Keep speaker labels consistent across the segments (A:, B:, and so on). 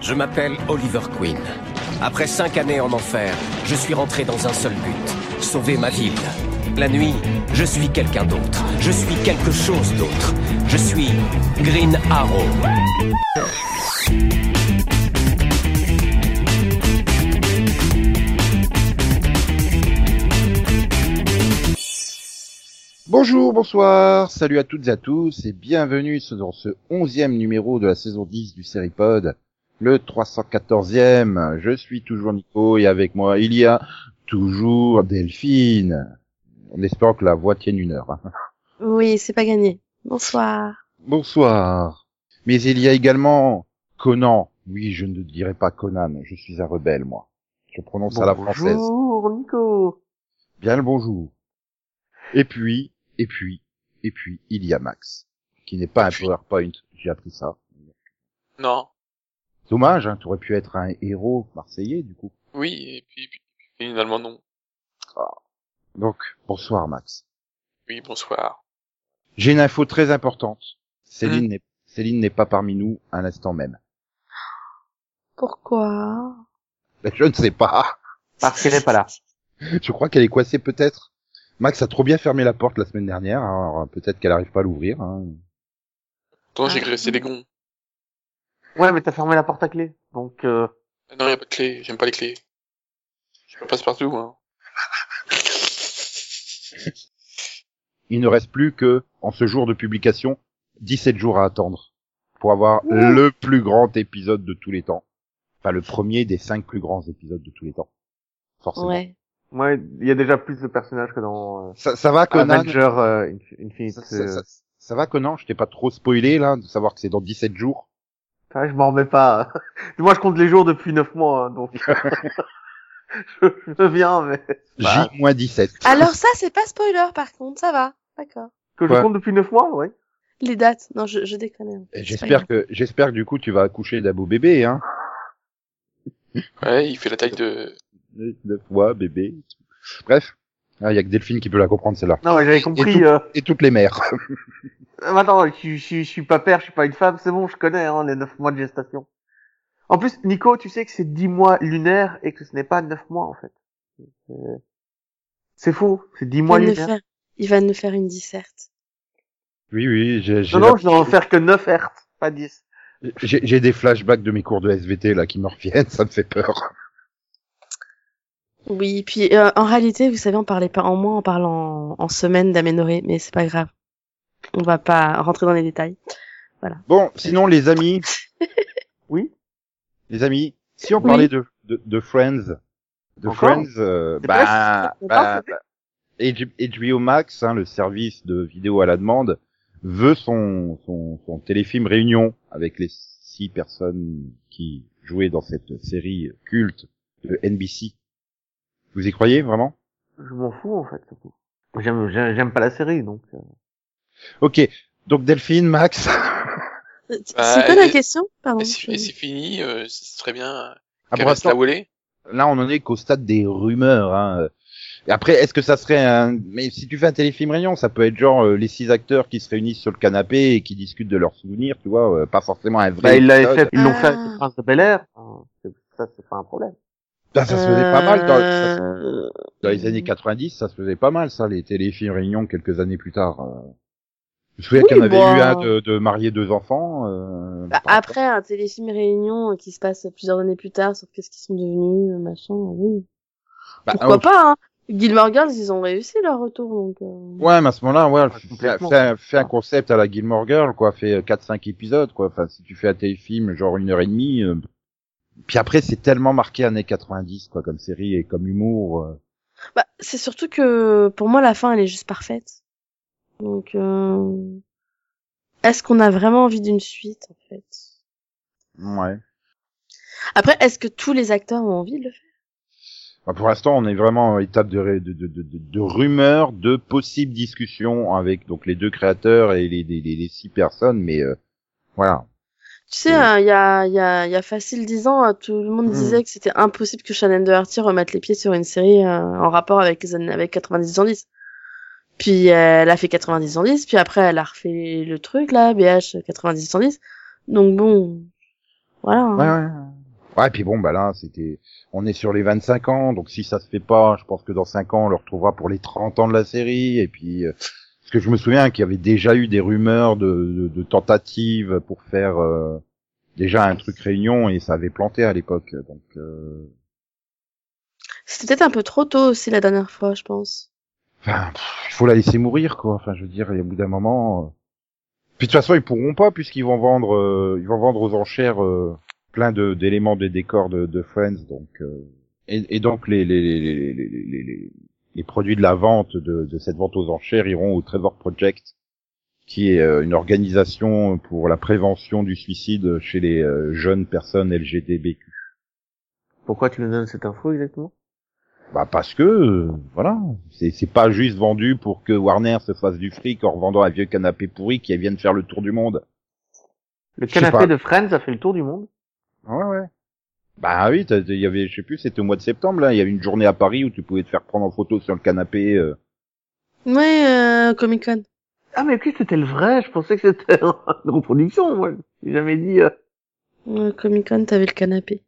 A: Je m'appelle Oliver Queen. Après cinq années en enfer, je suis rentré dans un seul but, sauver ma ville. La nuit, je suis quelqu'un d'autre. Je suis quelque chose d'autre. Je suis Green Arrow.
B: Bonjour, bonsoir, salut à toutes et à tous et bienvenue dans ce onzième numéro de la saison 10 du Seripod, le 314e. Je suis toujours Nico et avec moi il y a toujours Delphine. En espérant que la voix tienne une heure. hein.
C: Oui, c'est pas gagné. Bonsoir.
B: Bonsoir. Mais il y a également Conan. Oui, je ne dirais pas Conan, je suis un rebelle moi. Je prononce à la française.
D: Bonjour Nico.
B: Bien le bonjour. Et puis, et puis, et puis, il y a Max, qui n'est pas un PowerPoint, j'ai appris ça.
E: Non.
B: Dommage, hein, t'aurais pu être un héros marseillais, du coup.
E: Oui, et puis, puis- finalement non.
B: Donc, bonsoir Max.
E: Oui, bonsoir.
B: J'ai une info très importante. Céline n'est, Céline n'est pas parmi nous à l'instant même.
C: Pourquoi
B: Je ne sais pas.
D: Parce qu'elle est pas là.
B: Je crois qu'elle est coincée peut-être. Max a trop bien fermé la porte la semaine dernière, hein, alors peut-être qu'elle arrive pas à l'ouvrir. hein.
E: Attends,
D: Ah.
E: j'ai graissé les gonds.
D: Ouais, mais t'as fermé la porte à clé. Donc, euh,
E: Ah Non, y a pas de clé, j'aime pas les clés. Je me passe partout, hein.
B: Il ne reste plus que, en ce jour de publication, 17 jours à attendre pour avoir le plus grand épisode de tous les temps. Enfin, le premier des cinq plus grands épisodes de tous les temps. Forcément.
C: Ouais.
D: ouais, il y a déjà plus de personnages que dans euh,
B: Ça, ça va, Conan
D: Avenger euh, Inf- Infinite.
B: ça,
D: euh,
B: ça- ça- ça va, Conan Je t'ai pas trop spoilé, là, de savoir que c'est dans 17 jours
D: c'est vrai, je m'en remets pas. hein. Moi, je compte les jours depuis 9 mois, hein, donc. je, je viens, mais. Bah.
B: J-17.
C: Alors ça, c'est pas spoiler par contre, ça va. D'accord.
D: Que
B: Ouais.
D: je compte depuis 9 mois, oui.
C: Les dates. Non, je, je déconne.
B: Et J'espère que, j'espère que du coup, tu vas accoucher d'un beau bébé, hein
E: Ouais, il fait la taille de...
B: Neuf fois, bébé. Bref. Ah, il y a que Delphine qui peut la comprendre, celle-là.
D: Non, mais j'avais
B: tout.
D: compris. Euh...
B: Et toutes les mères.
D: euh, Attends, je, suis- je, suis- je suis pas père, je suis pas une femme, c'est bon, je connais hein, les 9 mois de gestation. En plus, Nico, tu sais que c'est 10 mois lunaires et que ce n'est pas 9 mois, en fait. Euh, C'est faux, c'est 10
C: Il va,
D: mois
C: nous
D: lunaires.
C: faire... il va nous faire une disserte.
B: Oui, oui, j'ai, j'ai
D: Non,
B: la-
D: non, je dois en faire que 9 Hertz, pas 10.
B: j'ai- j'ai des flashbacks de mes cours de SVT, là, qui me reviennent, ça me fait peur.
C: Oui, puis euh, en réalité, vous savez, on parlait pas en mois, on parle en, en semaine d'aménorrhée, mais c'est pas grave. On va pas rentrer dans les détails.
B: Bon, sinon, les amis,
D: Oui
B: les amis, si on
C: Oui.
B: parlait de, de, de Friends, de
D: Encore
B: Friends, euh,
D: C'est
B: bah,
D: vrai,
B: bah, H- HBO Max, hein, le service de vidéo à la demande, veut son, son, son téléfilm Réunion avec les six personnes qui jouaient dans cette série culte de NBC. Vous y croyez vraiment
D: Je m'en fous, en fait, c'est tout. J'aime, j'aime j'aime pas la série, donc. euh.
B: Ok, donc Delphine, Max.
C: Euh, C'est
E: Bah,
C: quoi la
E: et-
C: question
D: Oh,
C: Pardon.
E: Et c'est et c'est
C: je-
E: fini, euh, c'est très bien.
B: Ah,
E: Qu'elle
B: pour
E: reste
B: l'instant,
E: là où elle est
B: là, on en est qu'au stade des rumeurs. Hein. Et après, est-ce que ça serait un... Mais si tu fais un téléfilm Réunion, ça peut être genre euh, les six acteurs qui se réunissent sur le canapé et qui discutent de leurs souvenirs, tu vois, euh, pas forcément un vrai...
D: Bah, ils l'avaient
B: épisode.
D: fait, ils l'ont fait
C: Ah.
D: avec Prince de Bel Air. Ça, c'est pas un problème.
B: Putain, ça se faisait pas mal dans, ça se-
C: Euh,
B: dans les années 90, ça se faisait pas mal ça, les téléfilms Réunion quelques années plus tard. euh. Je me souviens
C: Oui,
B: qu'il y en avait
C: bah.
B: eu un de, de marier deux enfants. euh,
C: bah,
B: par rapport-
C: après, un téléfilm réunion euh, qui se passe plusieurs années plus tard sur qu'est-ce qu'ils sont devenus, euh, machin, oui.
B: Bah,
C: Pourquoi
B: oh,
C: pas, hein Gilmore Girls, ils ont réussi leur retour, donc... euh,
B: Ouais, mais à ce moment-là, ouais, fais-
D: complètement.
B: fais, un- fais un concept à la Gilmore Girl, quoi, fais 4-5 épisodes, quoi. Enfin, si tu fais un téléfilm genre une heure et demie, euh, puis après c'est tellement marqué années 90, quoi, comme série et comme humour. euh.
C: Bah, c'est surtout que pour moi la fin elle est juste parfaite. Donc euh, est-ce qu'on a vraiment envie d'une suite en fait
B: Ouais.
C: Après est-ce que tous les acteurs ont envie de le faire
B: Bah, pour l'instant, on est vraiment en étape de, ré- de, de, de, de- de rumeurs, de possibles discussions avec donc les deux créateurs et les, les, les- les six personnes, mais euh, voilà.
C: Tu sais hein, il y a il y a il y a facile dix ans hein, tout le monde
D: Mhm.
C: disait que c'était impossible que Shannon Doherty remette les pieds sur une série euh, en rapport avec les années- avec 90 en 10. Puis euh, elle a fait 90 en 10, puis après elle a refait le truc là BH 90 en 10. Donc bon voilà. hein.
B: Ouais, ouais. Ouais, et puis bon, bah là, c'était, on est sur les 25 ans, donc si ça se fait pas, je pense que dans 5 ans, on le retrouvera pour les 30 ans de la série, et puis, euh, parce que je me souviens qu'il y avait déjà eu des rumeurs de, de, de tentatives pour faire euh, déjà un truc réunion, et ça avait planté à l'époque, donc... euh,
C: C'était peut-être un peu trop tôt aussi la dernière fois, je pense.
B: Enfin, pff, faut la laisser mourir, quoi. Enfin, je veux dire, et au bout d'un moment. euh. Puis de toute façon, ils pourront pas puisqu'ils vont vendre, euh, ils vont vendre aux enchères euh, plein de d'éléments des décors de, de Friends, donc euh, et, et donc les les, les, les, les, les- les- les produits de la vente de, de cette vente aux enchères iront au Trevor Project, qui est euh, une organisation pour la prévention du suicide chez les euh, jeunes personnes LGBTQ.
D: Pourquoi tu nous donnes cette info exactement
B: Bah parce que euh, voilà, c'est c'est pas juste vendu pour que Warner se fasse du fric en revendant un vieux canapé pourri qui vient de faire le tour du monde.
D: Le
B: Je sais pas.
D: canapé de Friends a fait le tour du monde.
B: Ouais ouais. Bah oui, t'as- il y avait, je sais plus, c'était au mois de septembre là, il y avait une journée à Paris où tu pouvais te faire prendre en photo sur le canapé. euh.
C: Ouais, euh, Comic Con.
D: Ah mais que c'était le vrai Je pensais que c'était une reproduction. Moi, j'ai jamais dit. euh,
C: Ouais, Comic Con, t'avais le canapé.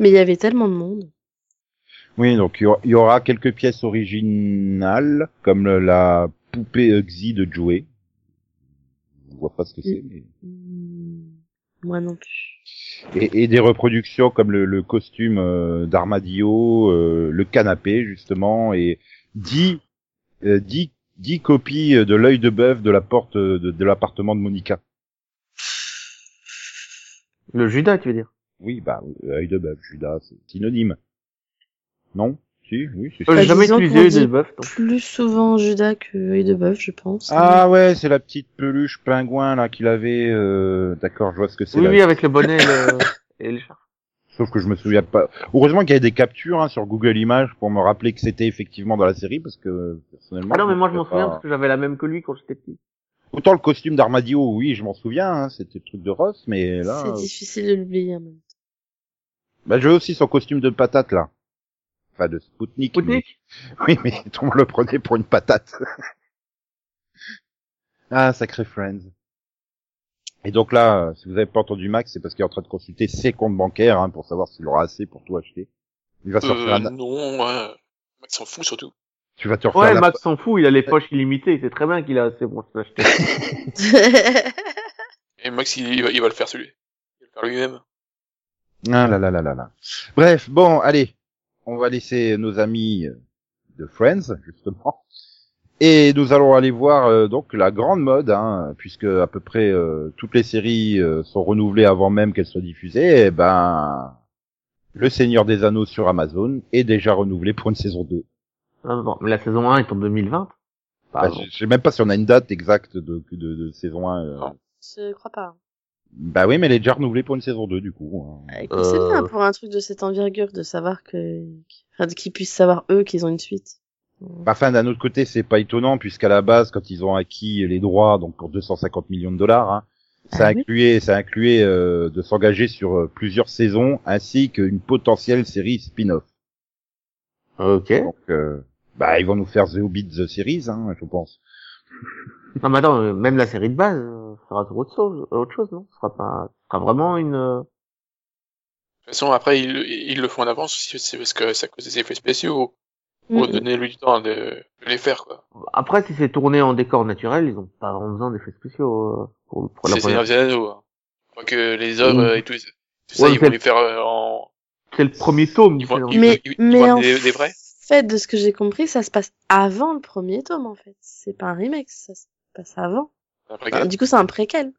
C: Mais il y avait tellement de monde.
B: Oui, donc il y aura- il y aura quelques pièces originales comme le- la poupée Uxie de Joey. Je vois pas ce que c'est. mais-
C: Hmm, Moi non plus.
B: Et, et des reproductions comme le, le costume euh, d'Armadillo, euh, le canapé justement, et dix, euh, dix, dix copies euh, de l'œil de bœuf de la porte euh, de, de l'appartement de Monica.
D: Le Judas, tu veux dire
B: Oui, bah oui, œil de bœuf, Judas, c'est synonyme. Non Si, oui, c'est
D: Euh,
B: ça.
D: J'ai jamais
C: disons qu'on
D: utilisé
C: dit-
D: des bœufs. donc.
C: Plus souvent Judas que œil de bœuf, je pense.
B: Ah ouais, c'est la petite peluche pingouin là qu'il avait. euh, D'accord, je vois ce que c'est.
D: Oui,
B: là.
D: oui, avec le bonnet et le, et le char.
B: Sauf que je me souviens pas. Heureusement qu'il y a des captures hein, sur Google Images pour me rappeler que c'était effectivement dans la série parce que personnellement.
D: Ah non, mais moi je
B: me
D: m'en
B: souviens
D: souviens
B: pas.
D: parce que j'avais la même que lui quand j'étais petit.
B: Autant le costume d'Armadio, oui, je m'en souviens, hein, c'était le truc de Ross, mais là,
C: C'est
B: euh,
C: difficile de l'oublier. hein, même.
B: bah, je veux aussi son costume de patate là, enfin de Spoutnik. mais-
D: Poutnik
B: Oui, mais on le prenait pour une patate. ah, sacré Friends. Et donc là, euh, si vous avez pas entendu Max, c'est parce qu'il est en train de consulter ses comptes bancaires hein, pour savoir s'il aura assez pour tout acheter. Il va se refaire
E: Euh,
B: la-
E: non, ouais. Max s'en fout surtout.
B: Tu vas te refaire
D: Ouais,
B: la...
D: Max s'en fout, il a les poches illimitées, c'est très bien qu'il a assez bon, je peux l'acheter.
E: Et Max, il, il va, il va le faire celui. Il va le faire lui-même.
B: Ah là là là là là. Bref, bon, allez, on va laisser nos amis euh, de Friends justement, et nous allons aller voir euh, donc la grande mode, hein, puisque à peu près euh, toutes les séries euh, sont renouvelées avant même qu'elles soient diffusées. Et ben, Le Seigneur des Anneaux sur Amazon est déjà renouvelé pour une saison 2.
D: Ah, non, mais la saison 1 est en 2020. Bah,
B: Bah, je- Je sais même pas si on a une date exacte de, de, de saison 1. euh.
E: Non.
C: je crois pas.
B: Bah oui, mais elle est déjà renouvelée pour une saison 2 du coup. hein.
C: Ah, écoute, C'est
D: Euh.
C: bien pour un truc de cette envergure de savoir que, enfin, qu'ils puissent savoir eux qu'ils ont une suite.
B: Bah, Enfin, d'un autre côté, c'est pas étonnant puisqu'à la base, quand ils ont acquis les droits, donc pour 250 millions de dollars, hein, ça
C: Ah oui.
B: incluait, ça incluait euh, de s'engager sur euh, plusieurs saisons ainsi qu'une potentielle série spin-off.
D: Ah, ok.
B: Donc, euh, bah, ils vont nous faire The Hobbit the Series, hein, je pense.
D: Non, mais attends, euh, même la série de base euh, sera sur autre chose, autre chose, non Ce sera pas, ce sera vraiment une. euh,
E: De toute façon, après, ils, ils le font en avance si c'est parce que ça cause des effets spéciaux. Pour
C: Mm.
E: donner lui du temps de, de les faire, quoi.
D: Après, si c'est tourné en décor naturel, ils ont pas vraiment besoin d'effets spéciaux euh, pour, pour la
E: C'est Seigneur
D: première.
E: des Anneaux. hein. Je crois que les œuvres
D: Mm.
E: euh, et tout, tout ça,
D: Ouais,
E: ils
D: mais
E: vont
D: c'est-
E: les faire euh, en.
D: C'est le premier tome.
E: Ils
D: c'est
E: vont-
D: en-
E: ils-
C: Mais,
E: ils- ils
C: mais
E: vendent
C: en
E: des- des vrais
C: fait, de ce que j'ai compris, ça se passe avant le premier tome, en fait. C'est pas un remake, ça se passe avant.
E: Après,
C: Enfin, du coup, c'est un préquel.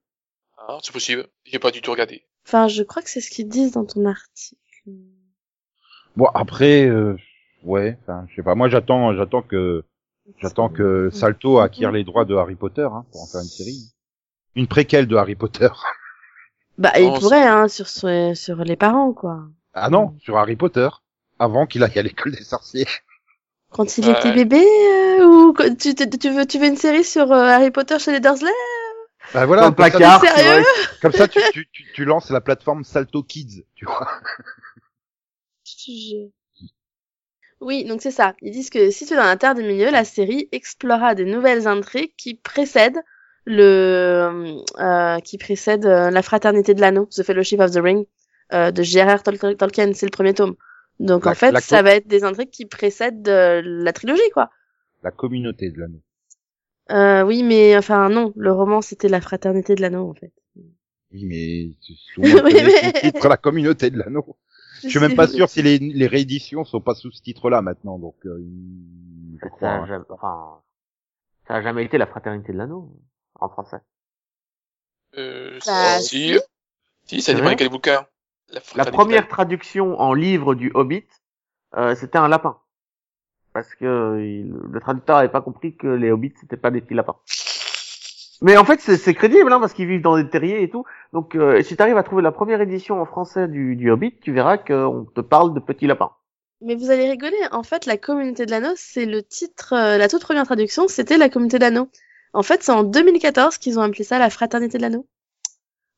E: Ah, c'est possible. J'ai pas du tout regardé.
C: Enfin, je crois que c'est ce qu'ils disent dans ton article.
B: Bon, après, euh, ouais, enfin, je sais pas. Moi, j'attends, j'attends que, j'attends que Salto acquiert les droits de Harry Potter hein, pour en faire une série. Une préquelle de Harry Potter.
C: Bah,
E: Non,
C: il pourrait, hein, sur, son- sur les parents, quoi.
B: Ah non, sur Harry Potter, avant qu'il aille à l'école des sorciers.
C: Quand il
E: Ouais.
C: était bébé, euh, ou quand- tu, tu, tu veux, tu veux une série sur euh, Harry Potter chez les Dursley?
B: Bah
D: Dans
B: voilà,
D: le
B: comme ça,
D: placard. tu
C: Sérieux
D: vois,
B: Comme ça, tu, tu, tu, tu lances la plateforme Salto Kids, tu vois.
C: Je- Oui, donc c'est ça. Ils disent que située dans la Terre des Milieux, la série explorera des nouvelles intrigues qui précèdent euh, le euh, qui précèdent euh, la fraternité de l'anneau, The Fellowship of the Ring, euh, de J.R.R. Tol- Tolkien, c'est le premier tome. Donc
B: La-
C: en fait,
B: la co-
C: ça va être des intrigues qui précèdent euh, la trilogie, quoi.
B: La communauté de l'anneau.
C: Euh, oui, mais enfin non, le roman c'était la fraternité de l'anneau en fait.
B: Oui, mais tout le monde
C: Oui,
B: connaît
C: mais-
B: sous titre la communauté de l'anneau. Je suis même pas sûr si les, les rééditions sont pas sous ce titre-là maintenant, donc euh, je
D: Ça,
B: crois.
D: a jamais- enfin, ça a jamais été la fraternité de l'anneau en français.
E: Euh,
C: Bah,
E: si.
C: si.
E: Si, ça
D: C'est
E: dépend
D: vrai
E: de quel bouquin.
D: Mhm. La
E: fraternité
D: première traduction en livre du Hobbit, euh, c'était un lapin. Parce que euh, il- le traducteur avait pas compris que les Hobbits, c'était pas des petits lapins. Mais en fait, c'est c'est crédible, hein, parce qu'ils vivent dans des terriers et tout. Donc, euh, si t'arrives à trouver la première édition en français du, du Hobbit, tu verras qu'on te parle de petits lapins.
C: Mais vous allez rigoler, en fait la communauté de l'anneau c'est le titre, euh, la toute première traduction c'était la communauté de l'anneau. En fait c'est en 2014 qu'ils ont appelé ça la fraternité de l'anneau.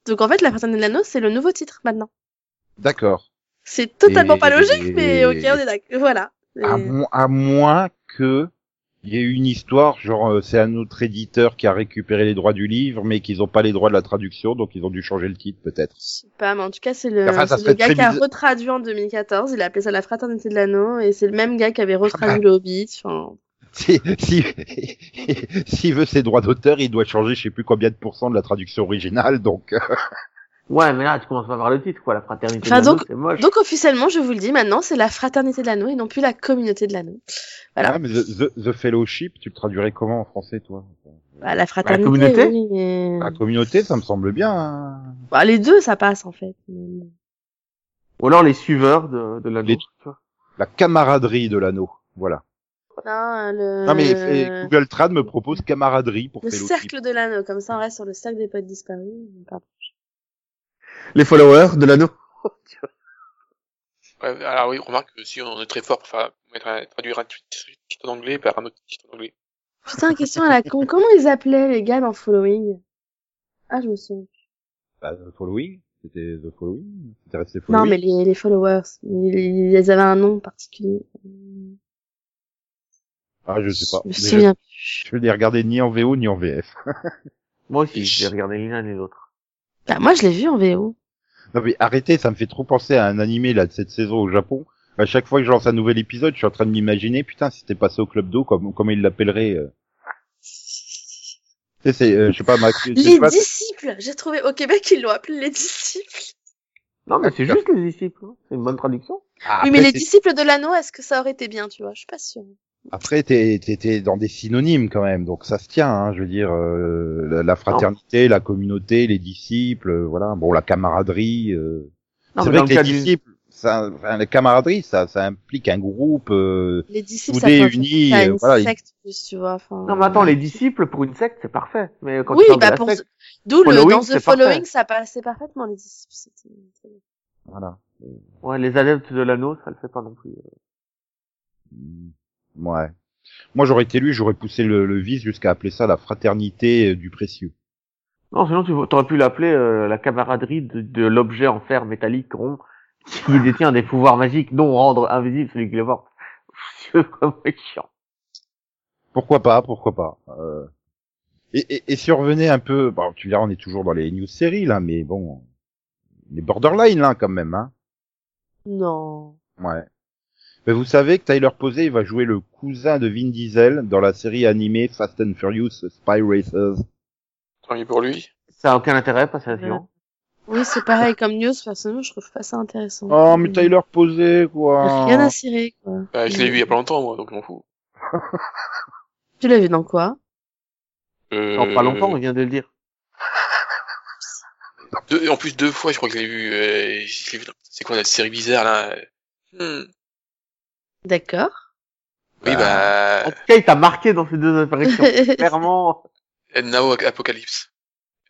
C: Donc en fait la fraternité de l'anneau c'est le nouveau titre maintenant.
B: D'accord.
C: C'est totalement pas
B: Et-
C: logique, mais ok on est d'accord. Voilà.
B: À,
C: Et-
B: mo- à moins que il y ait eu une histoire, genre euh, c'est un autre éditeur qui a récupéré les droits du livre, mais qu'ils n'ont pas les droits de la traduction, donc ils ont dû changer le titre peut-être.
C: Je sais pas, mais en tout cas, c'est le,
B: Enfin, ça
C: c'est
B: serait
C: le gars
B: très
C: qui a
B: bizarre.
C: retraduit en 2014. Il a appelé ça la fraternité de l'anneau, et c'est le même gars qui avait retraduit le Hobbit. Enfin,
B: Si, si, s'il veut ses droits d'auteur, il doit changer je sais plus combien de pourcents de la traduction originale, donc euh,
D: Ouais, mais là, tu commences pas par le titre, quoi. La fraternité
C: Enfin,
D: de l'anneau,
C: donc-
D: c'est moche.
C: donc officiellement, je vous le dis maintenant, c'est la fraternité de l'anneau et non plus la communauté de l'anneau. Voilà.
B: ah, mais the, the- the Fellowship, tu le traduirais comment en français, toi
C: Bah, la fraternité.
D: communauté
C: oui, mais-
B: La communauté, ça me semble bien. hein.
C: Bah, les deux, ça passe en fait. Mais-
D: Ou alors les suiveurs de, de l'anneau.
B: Les-
D: tu vois.
B: La camaraderie de l'anneau, voilà.
C: Non, euh, le,
B: Non mais euh, et Google Trad me propose camaraderie pour
C: le
B: Fellowship.
C: cercle de l'anneau. Comme ça, on reste sur le cercle des potes disparus. Pardon.
D: Les followers de l'anneau.
E: Ouais, alors oui, remarque que si on est très fort pour faire, mettre un- traduire un titre en anglais par un autre titre en anglais.
C: Putain, question à la con. Comment ils appelaient les gars dans Following Ah, je me souviens.
B: Bah, the Following, c'était The Following, c'était resté Following.
C: Non, mais les, les followers, ils, ils avaient un nom particulier. Euh,
B: Ah, je sais pas.
C: Je me
B: Déjà,
C: souviens plus.
B: Je l'ai regardé ni en VO ni en VF.
D: Moi aussi, j'ai regardé les uns et les autres.
C: Bah, moi, je l'ai vu en VO.
B: Non mais arrêtez, ça me fait trop penser à un animé là de cette saison au Japon. À chaque fois que je lance un nouvel épisode, je suis en train de m'imaginer, putain, si c'était passé au club d'eau, comme, comment il l'appellerait euh. Tu sais, c'est, euh, je sais pas, Max, je
C: Les
B: sais pas,
C: disciples J'ai trouvé au Québec, ils l'ont appelé les disciples.
D: Non, mais c'est juste les disciples. hein. C'est une bonne traduction.
B: Ah,
C: oui, mais
B: après,
C: les
B: c'est-
C: disciples de l'anneau, est-ce que ça aurait été bien, tu vois Je suis pas sûre.
B: Après, t'es, t'es, t'es dans des synonymes quand même, donc ça se tient. Hein, je veux dire, euh, la, la fraternité, la communauté, les disciples, euh, voilà. Bon, la camaraderie. euh.
D: Non,
B: c'est vrai
D: mais dans
B: que
D: le
B: les
D: cas du-
B: disciples, ça, enfin, la camaraderie, ça, ça implique un groupe. euh,
C: Les disciples,
B: Ou
C: ça
B: des
C: fait
B: unis,
C: ça fait
B: euh,
C: une
B: voilà, ils-
C: secte, plus, tu vois. Enfin...
D: Non, mais attends, les disciples, pour une secte, c'est parfait. Mais quand
C: Oui,
D: tu parles
C: bah,
D: de la
C: pour-
D: secte,
C: D'où le
D: Following,
C: dans The
D: c'est
C: Following,
D: parfait.
C: ça passait parfaitement, les disciples. c'était- c'était-
B: Voilà.
D: ouais, les adeptes de l'anneau, ça le fait pas non plus. euh.
B: Mm. Ouais. Moi, j'aurais été lui, j'aurais poussé le, le vice jusqu'à appeler ça la fraternité euh, du précieux.
D: Non, sinon, tu aurais pu l'appeler euh, la camaraderie de, de l'objet en fer métallique rond qui détient des pouvoirs magiques, non rendre invisible celui qui le porte. C'est vraiment chiant.
B: Pourquoi pas, pourquoi pas. Euh... Et, et, et si on revenait un peu, bon, tu verras, on est toujours dans les news séries là, mais bon, les borderline là quand même, hein.
C: Non.
B: Ouais. Mais vous savez que Tyler Posey il va jouer le cousin de Vin Diesel dans la série animée Fast and Furious Spy Racers.
E: Tant mieux pour lui.
D: Ça a aucun intérêt, passe à la
C: Voilà.
D: suivante.
C: Oui, c'est pareil, comme news, personnellement, je trouve pas ça intéressant.
B: Oh, mais Tyler Posey quoi.
C: Rien à cirer, quoi.
E: Bah, je l'ai vu il y a pas longtemps, moi, donc je m'en fous.
C: Tu l'as vu dans quoi
E: Euh,
D: Dans pas longtemps, on vient de le dire.
E: deux- en plus, deux fois, je crois que je l'ai vu. euh, je l'ai vu dans- C'est quoi la série bizarre, là Hmm.
C: D'accord.
E: Oui, bah...
D: En tout cas, il t'a marqué dans ces deux apparitions. Clairement.
E: And Now Apocalypse.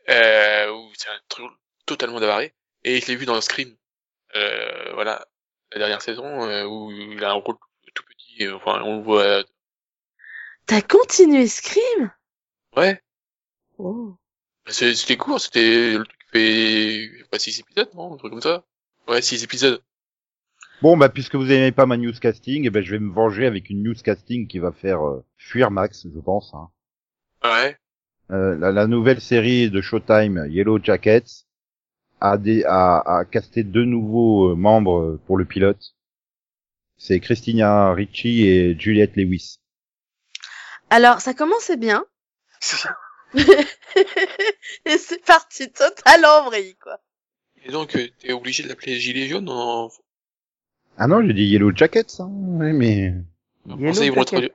E: Euh, où c'est un truc totalement d'avaré. Et je l'ai vu dans Scream. Euh, voilà. La dernière saison, euh, où il a un rôle tout petit. euh, Enfin, on le voit... euh,
C: T'as continué Scream
E: Ouais.
C: Oh.
E: C'est- C'était court, c'était le truc qui fait... Pas 6 épisodes, non Un truc comme ça. Ouais, 6 épisodes.
B: Bon, bah, puisque vous aimez pas ma newscasting, eh ben, je vais me venger avec une newscasting qui va faire euh, fuir Max, je pense. Hein.
E: Ouais.
B: Euh, la, la nouvelle série de Showtime, Yellow Jackets, à, des, à, à caster deux nouveaux euh, membres pour le pilote. C'est Christina Ricci et Juliette Lewis.
C: Alors, ça commençait bien.
E: C'est ça.
C: et c'est parti total en vrille, quoi.
E: Et donc, euh, t'es obligé de l'appeler Gilet jaune en...
B: Ah non, j'ai dit Yellow Jackets, hein, ouais, mais...
E: en
D: Yellow
E: français, ils vont,
D: Jacket.
E: traduire...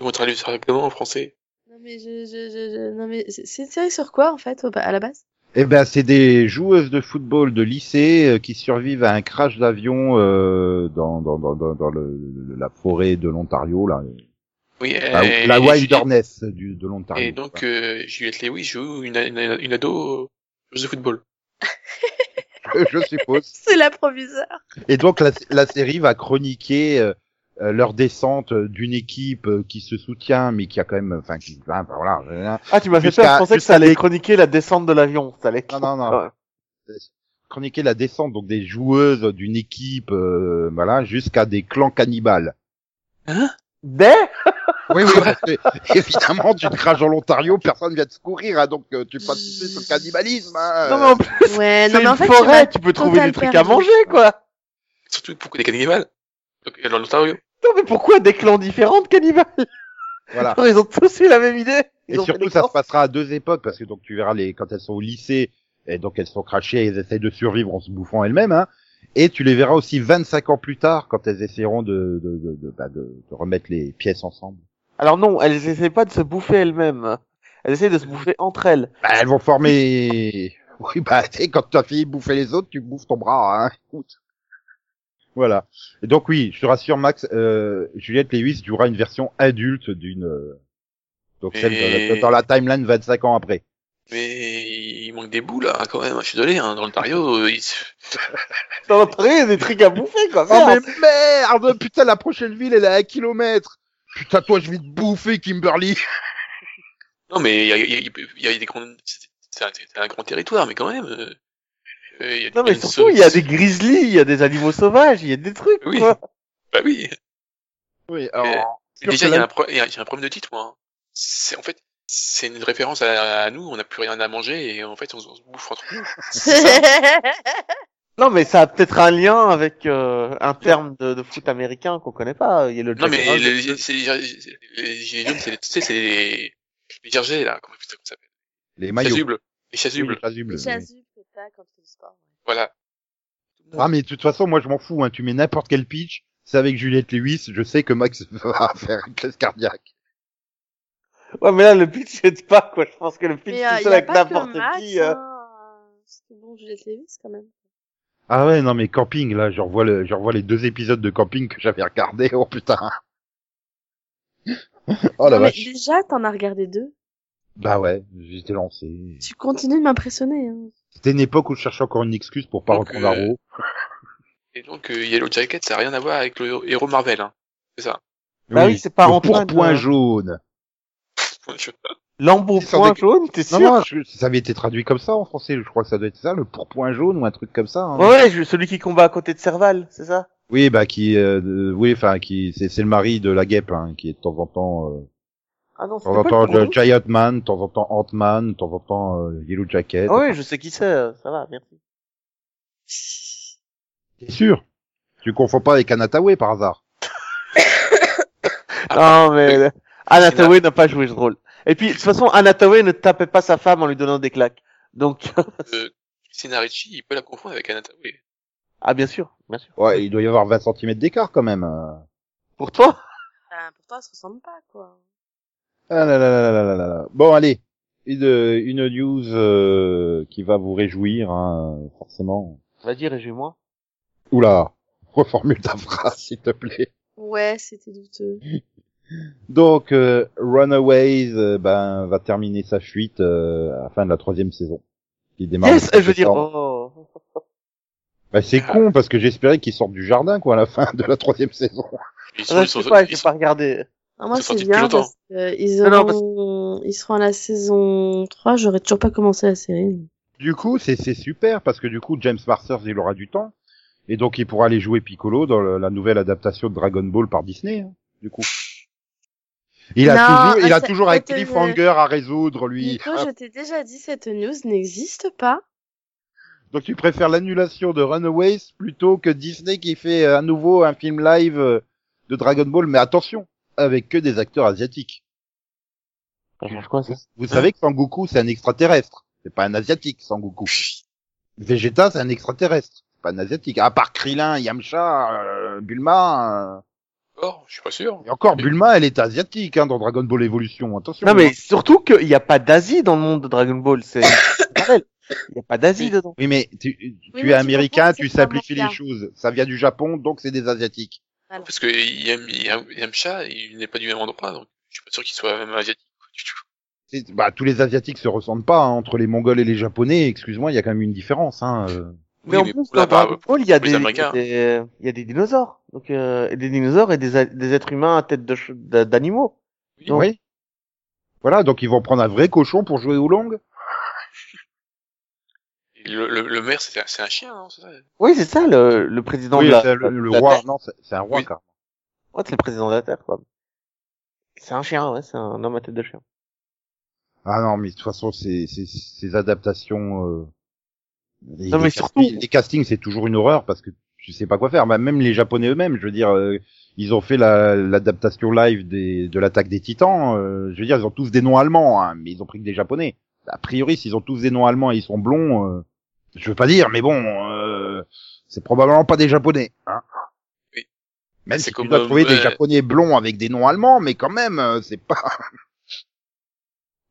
E: ils vont traduire ça directement en français.
C: Non mais je, je, je, je- non mais c'est- c'est une série sur quoi en fait au- à la base
B: Eh ben, c'est des joueuses de football de lycée euh, qui survivent à un crash d'avion euh, dans, dans, dans, dans, dans le, le- la forêt de l'Ontario, là.
E: Oui,
B: La-
E: euh,
B: bah, la
E: et
B: Wilderness du, de l'Ontario.
E: Et donc, euh, Juliette Lewis joue une, une, une ado euh, joueuse de football.
B: Voilà. je suppose.
C: C'est l'improviseur.
B: Et donc, la, la série va chroniquer euh, euh, leur descente d'une équipe euh, qui se soutient, mais qui a quand même... Enfin, qui... Enfin, voilà, hein, voilà.
D: Ah, tu m'as fait
B: Jusqu'à-
D: peur, je pensais que
B: jusqu'à
D: ça allait
B: des-
D: chroniquer la descente de l'avion. Ça allait...
B: Non, non, non.
D: Ouais.
B: chroniquer la descente donc des joueuses d'une équipe, euh, voilà, jusqu'à des clans cannibales.
D: Des
B: Euh, Oui, oui, parce que, évidemment, tu te craches dans l'Ontario, personne vient te secourir, hein, donc euh, tu passes tout de suite sur le cannibalisme. hein.
D: Non, mais en plus,
C: Ouais, Euh, non
D: c'est
C: mais en
D: une
C: fait
D: forêt,
C: tu
D: tu peux trouver
C: total
D: des trucs à
C: perdu.
D: manger, quoi.
E: Surtout pourquoi des cannibales Donc, Dans l'Ontario.
D: Non, mais pourquoi des clans différents de cannibales
B: Voilà.
D: Ils ont tous eu la même idée.
B: Ah.
D: Ils
B: Et
D: ont fait
B: surtout,
D: des
B: ça
D: clans.
B: se passera à deux époques, parce que donc tu verras les quand elles sont au lycée, et donc elles sont crachées, elles essayent de survivre en se bouffant elles-mêmes, hein, et tu les verras aussi 25 ans plus tard, quand elles essaieront de de, de, de, bah, de, de remettre les pièces ensemble.
D: Alors non, elles essaient pas de se bouffer elles-mêmes. Elles essaient de se bouffer entre elles.
B: Bah, elles vont former. Oui, bah, tu sais, quand ta fille bouffait les autres, tu bouffes ton bras, hein. Écoute. Voilà. Et donc oui, je te rassure, Max, euh, Juliette Lewis jouera une version adulte d'une. euh, Donc celle
E: Et-
B: dans, la, dans la timeline 25 ans après.
E: Mais il manque des bouts, là, quand même. Je suis désolé, hein, dans l'Ontario, euh, ils... se-
D: Dans l'entrée, il y a des trucs à bouffer, quoi.
B: Oh mais
D: Merde.
B: merde, putain, la prochaine ville, elle est à un kilomètre. Putain, toi, je vais te bouffer, Kimberly.
E: Non, mais il y a, il y a- il y a des grands... C'est c'est un, c'est un grand territoire, mais quand même... euh, euh, il y a-
D: Non, mais
E: il y a une
D: surtout,
E: so-
D: il y a des grizzlies, il y a des animaux sauvages, il y a des trucs,
E: Oui.
D: quoi.
E: Bah oui
B: Oui,
E: Euh,
B: alors.
E: Mais Déjà, il y, a un pro- il y a il y a un problème de titre, moi. hein. C'est en fait, c'est une référence à, à nous. On n'a plus rien à manger et en fait, on, se- on se bouffe entre nous.
D: Non, mais ça a peut-être un lien avec euh, un terme de, de foot américain qu'on connaît pas. Il y a le
E: Non, mais
D: Jack-
E: les, les, c'est les, gilets- les gilets jaunes, c'est les, tu sais, c'est les, les jerseys là. Comment putain, comment ça s'appelle
B: Les
E: Les
B: maillots.
E: chasubles. Les
B: Oui, les
E: chasubles.
B: chasubles, oui.
C: Jésus, c'est ça quand tu fais du sport.
E: Voilà.
B: Ah mais de toute façon moi je m'en fous hein, tu mets n'importe quel pitch, c'est avec Juliette Lewis, je sais que Max va faire une crise cardiaque.
D: Ouais, mais là, le pitch, c'est pas, quoi. Je pense que le pitch,
C: Mais euh,
D: tout
C: il
D: seul
C: y a
D: avec
C: pas que
D: n'importe
C: Max.
D: qui. euh,
C: hein, euh, Parce que bon, Juliette Lewis quand même.
B: Ah ouais non mais camping là, je revois le je revois les deux épisodes de camping que j'avais regardé. Oh putain. Oh la
C: non, mais
B: vache.
C: déjà t'en as regardé deux.
B: Bah ouais, j'étais lancé.
C: Tu continues de m'impressionner. Hein.
B: C'était une époque où je cherchais encore une excuse pour pas
E: Donc,
B: reprendre à
E: euh,
B: Raw.
E: Et donc, euh, Yellow Jacket, ça n'a rien à voir avec le héros Marvel. Hein. C'est ça.
D: bah oui, c'est pas
B: Le
D: Antoine,
B: pourpoint
D: euh.
B: jaune.
E: Je-
D: Lambeau
B: Sans
D: point
B: déc-
D: jaune, t'es sûr
B: Non non, je- ça avait été traduit comme ça en français, je crois que ça doit être ça, le pourpoint jaune ou un truc comme ça. hein.
D: Ouais, ouais, je- celui qui combat à côté de Serval, c'est ça
B: Oui bah qui euh, de- oui enfin qui c'est c'est le mari de la guêpe hein, qui est de temps en temps euh,
D: Ah non,
B: De
D: c'est
B: temps en
D: pas
B: temps
D: le
B: euh,
D: gros
B: Giant Man, de temps en temps Ant-Man, de temps en temps euh, Yellow Jacket.
D: Ah oui, je sais qui c'est, euh, ça va, merci.
B: C'est sûr. Tu confonds pas avec Anatawe par hasard.
D: Ah, Non, mais euh, Anataway n'a pas joué ce rôle. Et puis, de toute façon, Anataway ne tapait pas sa femme en lui donnant des claques. Donc,
E: Euh, Christina Ricci, il peut la confondre avec Anata. Oui.
D: ah bien sûr, bien sûr.
B: Ouais, il doit y avoir 20 cm d'écart quand même. euh.
D: Pour toi
C: Bah, pourtant, elles se ressemblent pas quoi.
B: Ah là là là là là là là. Bon allez, une, euh, une news euh, qui va vous réjouir hein, forcément.
D: Vas-y, réjouis-moi.
B: Oula, reformule ta phrase s'il te plaît.
C: Ouais, c'était douteux.
B: Donc euh, Runaways euh, ben va terminer sa fuite euh, à la fin de la troisième saison. Qui démarre
D: Yes,
B: le
D: je veux dire,
B: septembre.
D: oh.
B: Bah, c'est con parce que j'espérais qu'ils sortent du jardin quoi à la fin de la troisième saison.
E: Ils
D: Ah,
E: sont,
D: je
E: ils sont,
D: sais pas,
E: ils
D: j'ai
E: sont-
D: pas regardé.
C: Ah, moi,
E: Ils sont
C: c'est
E: sortis
C: bien
E: depuis
C: parce que ils,
D: Non,
C: auront...
D: non,
C: ils seront à la saison 3. J'aurais toujours pas commencé la série.
B: Du coup c'est c'est super parce que du coup James Marsters il aura du temps et donc il pourra aller jouer Piccolo dans le- la nouvelle adaptation de Dragon Ball par Disney. hein, du coup. Il a
C: Non,
B: toujours, il
C: ah,
B: a
C: ça-
B: toujours un
C: c'était-
D: ah.
B: cliffhanger à résoudre lui.
C: Nico, je t'ai déjà dit, cette news n'existe pas.
B: Donc tu préfères l'annulation de Runaways plutôt que Disney qui fait euh, à nouveau un film live euh, de Dragon Ball, mais attention, avec que des acteurs asiatiques.
D: Ça change quoi, ça
B: Vous savez que Sangoku c'est un extraterrestre, c'est pas un asiatique Sangoku. Vegeta c'est un extraterrestre, c'est pas un asiatique. À part Krillin, Yamcha, euh, Bulma. euh,
E: Or, je suis pas sûr.
B: Et encore Bulma, elle est asiatique hein, dans Dragon Ball Evolution. Attention.
D: Non, mais surtout qu'il n'y a pas d'Asie dans le monde de Dragon Ball, c'est c'est pareil. Il n'y a pas d'Asie dedans.
B: Oui, mais tu, tu
C: mais
B: es
C: tu
B: américain,
C: comprends que
B: tu
C: c'est pas
B: simplifies les
C: mondial.
B: choses. Ça vient du Japon, donc c'est des asiatiques.
C: Ah,
E: Parce que Yam- Yam- Yamcha, il n'est pas du même endroit, donc je suis pas sûr qu'il soit même asiatique du tout.
B: C'est- Bah, tous les asiatiques se ressemblent pas hein, entre les Mongols et les Japonais. Excuse-moi, il y a quand même une différence. Hein, euh.
E: Oui,
D: mais en
E: mais
D: plus,
E: pour la
D: dans Dragon
E: part-
D: Ball, il y a
E: pour les
D: des,
E: Américains.
D: des- il y a des dinosaures. Donc, euh, et des dinosaures et des, a- des êtres humains à tête de ch- d'a- d'animaux. Donc,
B: Oui. Voilà, donc ils vont prendre un vrai cochon pour jouer au long.
E: Et Le, le, le maire, c'est un, c'est un chien, non, c'est ça
D: Oui, c'est ça, le, le président
B: Oui,
D: de la,
B: c'est le, le
D: de la
B: roi.
D: Terre.
B: Non, c'est c'est un roi.
E: Oui.
B: quoi.
D: Ouais, c'est le président de la Terre, quoi. C'est un chien, ouais, c'est un homme à tête de chien.
B: Ah non, mais de toute façon, ces, ces, ces adaptations. euh, les,
D: Non, mais
B: les
D: surtout-
B: castings- les castings, c'est toujours une horreur parce que tu sais pas quoi faire. Bah, même les Japonais eux-mêmes, je veux dire, euh, ils ont fait la- l'adaptation live des, de l'attaque des Titans. euh, je veux dire, ils ont tous des noms allemands, hein, mais ils ont pris que des Japonais. A priori, s'ils ont tous des noms allemands et ils sont blonds, euh, je veux pas dire, mais bon, euh, c'est probablement pas des Japonais. Hein.
E: Oui.
B: Même
E: C'est
B: si
E: comme,
B: tu dois
E: euh,
B: trouver des
E: ouais.
B: Japonais blonds avec des noms allemands, mais quand même, euh, c'est pas.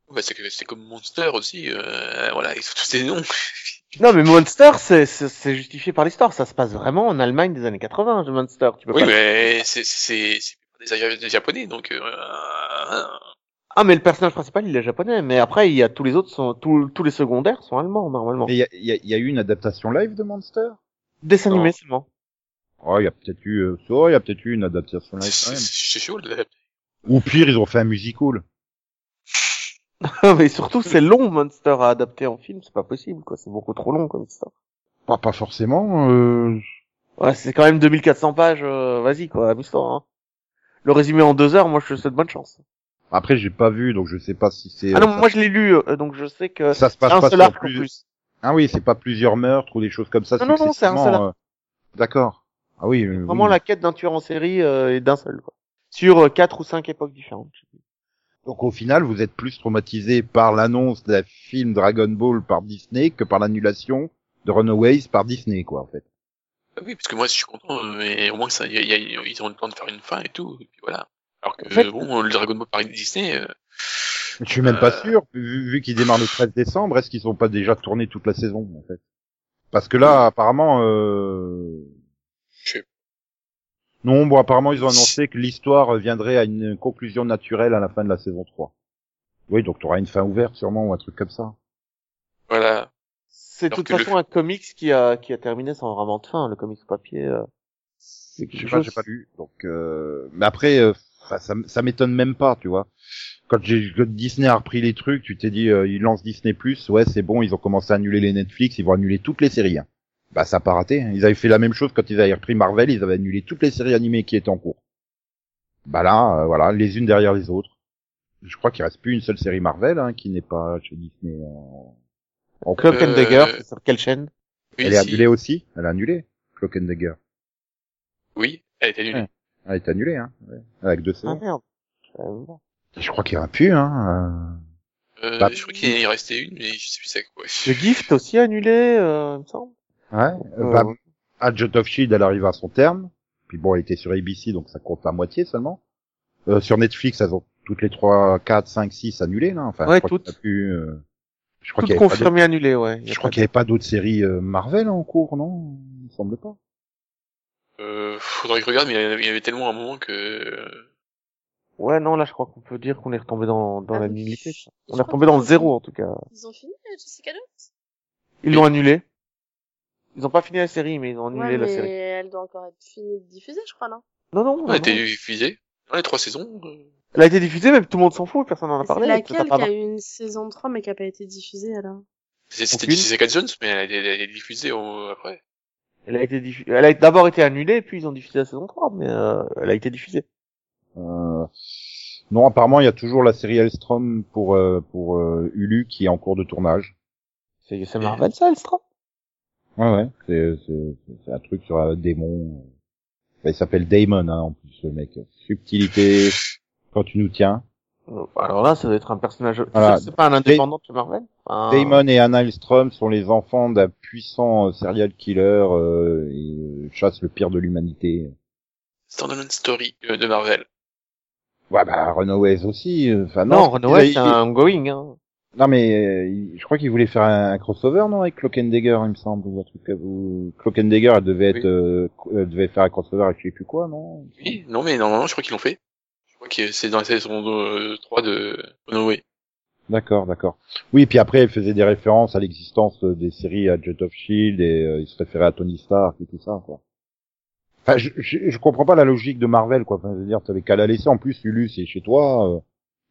E: Ouais, c'est que- c'est comme Monster aussi, euh, voilà, ils sont tous des noms.
D: Non, mais Monster, c'est- c'est c'est justifié par l'histoire. Ça se passe vraiment en Allemagne des années 80, Monster. Tu peux
E: Oui,
D: pas-
E: mais c'est c'est c'est des, Ja- des japonais, donc euh, euh,
D: Ah, mais le personnage principal, il est japonais. Mais après, il y a tous les autres, sont, tous, tous les secondaires sont allemands, normalement.
B: Mais il y a, il y a- il y a eu une adaptation live de Monster
D: Dessin
B: Non.
D: animé seulement.
B: Oh, il y a peut-être eu, euh, oh, il y a peut-être eu une adaptation
E: c'est
B: live quand
E: c'est-
B: même.
E: c'est chaud. là.
B: Ou pire, ils ont fait un musical.
D: mais surtout, c'est long, Monster, à adapter en film. C'est pas possible, quoi. C'est beaucoup trop long, comme histoire.
B: Pas, pas forcément. Euh...
D: Ouais, c'est quand même 2400 pages. euh, Vas-y, quoi, amuse-toi. hein. Le résumé en deux heures, moi, je te souhaite bonne chance.
B: Après, j'ai pas vu, donc je sais pas si c'est.
D: Ah
B: euh,
D: non,
B: ça-
D: moi, je l'ai lu, euh, donc je sais que...
B: ça se
D: c'est
B: passe
D: un
B: pas
D: seul
B: sur
D: arc, en
B: plus.
D: plus.
B: Ah oui, c'est pas plusieurs meurtres ou des choses comme ça.
D: Non, non, non, c'est un
B: successivement,
D: seul arc.
B: euh, D'accord. Ah oui. euh,
D: Vraiment
B: oui.
D: la quête d'un tueur en série euh, et d'un seul, quoi. Sur euh, quatre ou cinq époques différentes.
B: Donc au final, vous êtes plus traumatisé par l'annonce d'un film Dragon Ball par Disney que par l'annulation de Runaways par Disney, quoi, en fait.
E: Ah Oui, parce que moi je suis content, euh, mais au moins ça, y a- y a- ils ont le temps de faire une fin et tout, et puis voilà. Alors que
D: En fait-
E: euh, bon, le Dragon Ball par Disney, euh,
B: Je suis même pas
E: Euh.
B: sûr, vu, vu qu'ils démarrent le 13 décembre, est-ce qu'ils sont pas déjà tournés toute la saison en fait Parce que là, apparemment, euh...
E: Je sais
B: non, bon, apparemment ils ont annoncé que l'histoire viendrait à une conclusion naturelle à la fin de la saison 3. Oui, donc tu auras une fin ouverte sûrement ou un truc comme ça.
E: voilà.
D: C'est de
E: Alors
D: toute
E: que le-
D: façon un comics qui a, qui a terminé sans vraiment de fin, le comics papier. euh, c'est
B: Je
D: quelque
B: sais pas,
D: chose-
B: j'ai pas lu. Donc, euh... mais après, euh, ça, ça m- ça m'étonne même pas, tu vois. Quand, j'ai- quand Disney a repris les trucs, tu t'es dit, euh, ils lancent Disney+, ouais, c'est bon, ils ont commencé à annuler les Netflix, ils vont annuler toutes les séries. hein. Bah, ça a pas raté. hein. Ils avaient fait la même chose quand ils avaient repris Marvel, ils avaient annulé toutes les séries animées qui étaient en cours. Bah là, euh, voilà, les unes derrière les autres. Je crois qu'il reste plus une seule série Marvel hein, qui n'est pas chez Disney. en- en cours.
D: Cloak and Dagger,
E: Euh,
D: c'est sur quelle chaîne Ah,
E: Oui,
B: Elle est
E: si-
B: annulée aussi. Elle a annulé. Cloak and Dagger.
E: Oui, elle est annulée.
B: Ouais. Elle est annulée, hein. ouais. Avec deux
D: Ah
B: saisons.
D: merde. Euh, non.
B: Je crois qu'il y en a plus, hein. euh.
E: Euh,
B: Bah.
E: je crois qu'il y en restait une, mais je sais plus c'est quoi.
D: Le Gift aussi annulé, euh, il me semble.
B: Ouais.
D: Euh,
B: Euh, bah, Agent of Shield, elle arrive à son terme. Puis bon, elle était sur ABC, donc ça compte la moitié seulement. Euh, sur Netflix, elles ont toutes les 3, 4, 5, 6 annulées, là. Enfin,
D: Ouais,
B: je crois qu'il y en a
D: toutes.
B: plus, euh, je crois
D: Tout
B: qu'il y avait pas d'autres-
D: confirmé annulé, ouais. Il y a
B: je crois
D: pas
B: qu'il y avait pas d'autres séries euh, Marvel en cours, non? Il me semble pas.
E: Euh, faudrait que je regarde, mais il y en avait- il y avait tellement à un moment que... euh,
D: de- Ouais, non, là, je crois qu'on peut dire qu'on est retombé dans, dans
C: Ah,
D: la
C: oui.
D: nullité. quoi.
C: Je
D: On est
C: crois
D: retombé
C: que-
D: dans le zéro, hein. en tout cas.
C: Ils ont fini euh, Jessica Jones
D: Ils l'ont annulé. Ils ont pas fini la série, mais ils ont annulé
C: Ouais,
D: la
C: mais
D: série.
C: elle doit encore être finie de diffuser, je crois, non
D: Non, non, non,
E: Elle a
D: non.
E: été diffusée dans les trois saisons. euh,
D: Elle a été diffusée, mais tout le monde s'en fout, personne n'en a
C: C'est
D: parlé.
C: laquelle
D: ça
C: qui
D: parle-
C: a eu une saison 3 mais qui a pas été diffusée, alors
E: c'est- C'était
D: Aucune.
E: diffusé 4 Jones, mais elle a été, elle a été diffusée au- après.
D: Elle a été diffu- elle a d'abord été annulée, puis ils ont diffusé la saison 3, mais euh, elle a été diffusée.
B: Euh, non, apparemment, il y a toujours la série Elstrom pour, euh, pour euh, Hulu qui est en cours de tournage.
D: C'est c'est Marvel ça, Elstra
B: Ouais, ouais. C'est, c'est, c'est un truc sur un démon. Bah, il s'appelle Damon, hein, en plus, le mec. Subtilité, quand tu nous tiens.
D: Euh, Alors là, ça doit être un personnage.
B: Voilà.
D: C'est pas un indépendant de chez Marvel Enfin,
B: Damon et Anna Elstrom sont les enfants d'un puissant euh, serial killer euh, et euh, chassent le pire de l'humanité.
E: Standalone Story euh, de Marvel.
B: Ouais, bah, Runaways aussi. euh, Enfin,
D: Non,
B: non,
D: Runaway,
B: il-
D: c'est un ongoing. Hein.
B: Non, mais euh, il- je crois qu'il voulait faire un, un crossover, non, avec Clockendagger, il me semble, ou un truc comme- ou Clockendagger, elle devait
E: Oui.
B: être, euh, cro- elle devait faire un crossover avec je sais plus quoi, non
E: Oui, non, mais normalement, je crois qu'ils l'ont fait. Je crois que c'est dans la saison euh, 3 de Runaway.
B: D'accord, d'accord. Oui, puis après, elle faisait des références à l'existence euh, des séries à Jet of Shield et euh, il se référait à Tony Stark et tout ça, quoi. Enfin, je, je, je comprends pas la logique de Marvel, quoi. Enfin, je veux dire, t'avais qu'à la laisser. En plus, Lulu, c'est chez toi. euh.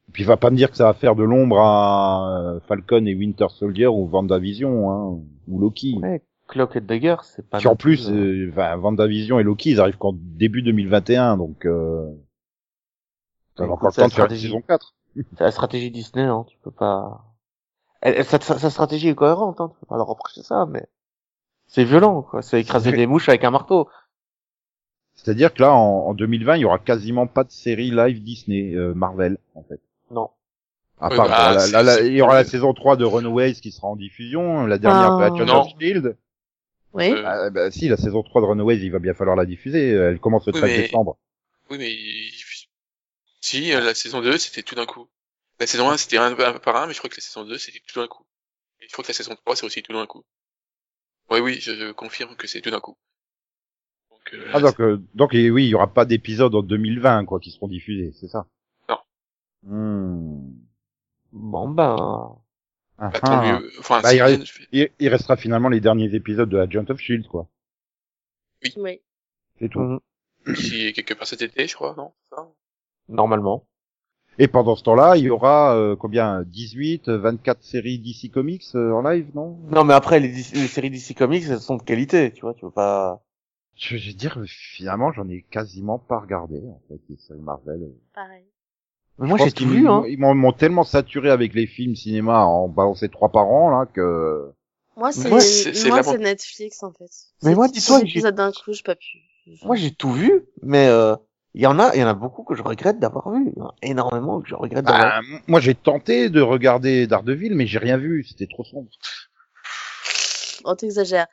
B: Et puis, va pas me dire que ça va faire de l'ombre à euh, Falcon et Winter Soldier ou Vendavision, hein, ou Loki.
D: Ouais, Clock and Dagger, c'est pas.
B: Puis en
D: non
B: plus,
D: euh,
B: euh, enfin, WandaVision et Loki, ils arrivent qu'en début 2021, donc euh, t'as
D: Bah, Écoute,
B: encore le
D: c'est la
B: temps de faire une
D: stratégie.
B: saison 4.
D: C'est la stratégie Disney, hein, tu peux pas. Elle, elle- sa, sa- sa stratégie est cohérente, hein, tu peux pas leur reprocher ça, mais c'est violent, quoi. C'est écraser des mouches avec un marteau.
B: C'est-à-dire que là, en, en 2020, il y aura quasiment pas de série live Disney euh, Marvel, en fait.
D: Non.
B: À
E: Oui,
B: part,
E: bah,
B: la-
E: c'est-
B: la- la-
E: c'est-
B: il y aura la saison 3 de Runaways qui sera en diffusion, la dernière de
C: Ah.
B: Agents
E: Non.
B: of Shield.
C: Oui.
E: Euh,
B: Ah, bah, si, la saison 3 de Runaways, il va bien falloir la diffuser. euh, Elle commence le
E: Oui,
B: 13
E: mais-
B: décembre.
E: Oui, mais il- si euh, la saison 2, c'était tout d'un coup. La saison 1, c'était un, un par un, mais je crois que la saison 2, c'était tout d'un coup. Et je crois que la saison 3, c'est aussi tout d'un coup. Oui, oui, je, je confirme que c'est tout d'un coup. Donc, euh,
B: Ah, donc, euh, donc et oui, il y aura pas d'épisodes en 2020, quoi, qui seront diffusés, c'est ça
E: Non.
B: Hmm.
D: Bon ben.
B: Ah,
E: bah, tant
B: ah.
E: mieux. Enfin,
B: Bah,
E: c'est
B: il reste-
E: bien, je fais-
B: il, il restera finalement les derniers épisodes de Agent of Shield, E quoi.
C: Oui.
B: C'est tout.
D: mm,
E: si quelque part cet été, je crois, non c'est ça
D: Normalement.
B: Et pendant ce temps-là, il y aura euh, combien 18, euh, 24 séries DC Comics euh, en live, non
D: Non, mais après les, dis- les séries DC Comics, elles sont de qualité, tu vois. Tu peux pas.
B: Je vais dire, finalement, j'en ai quasiment pas regardé, en fait, les séries Marvel.
C: Pareil.
D: Mais moi
B: Je
D: j'ai
B: pense
D: tout
B: qu'ils
D: vu, hein.
B: m'ont- Ils m'ont m'ont tellement saturé avec les films cinéma en balançant trois par an, là, que...
C: Moi, c'est
E: Moi, c'est- c'est
C: moi,
E: la-
C: c'est Netflix, en fait.
D: Mais moi,
C: C'est
D: dis-toi
C: tous
D: que
C: les épisodes d'un coup, j'ai pas pu.
D: Moi j'ai tout vu, mais euh, il y en a, il y en a beaucoup que je regrette d'avoir vu. Il y en a énormément que je regrette
B: Bah,
D: d'avoir.
B: m- moi, j'ai tenté de regarder Daredevil, mais j'ai rien vu, c'était trop sombre.
C: Oh, t'exagères.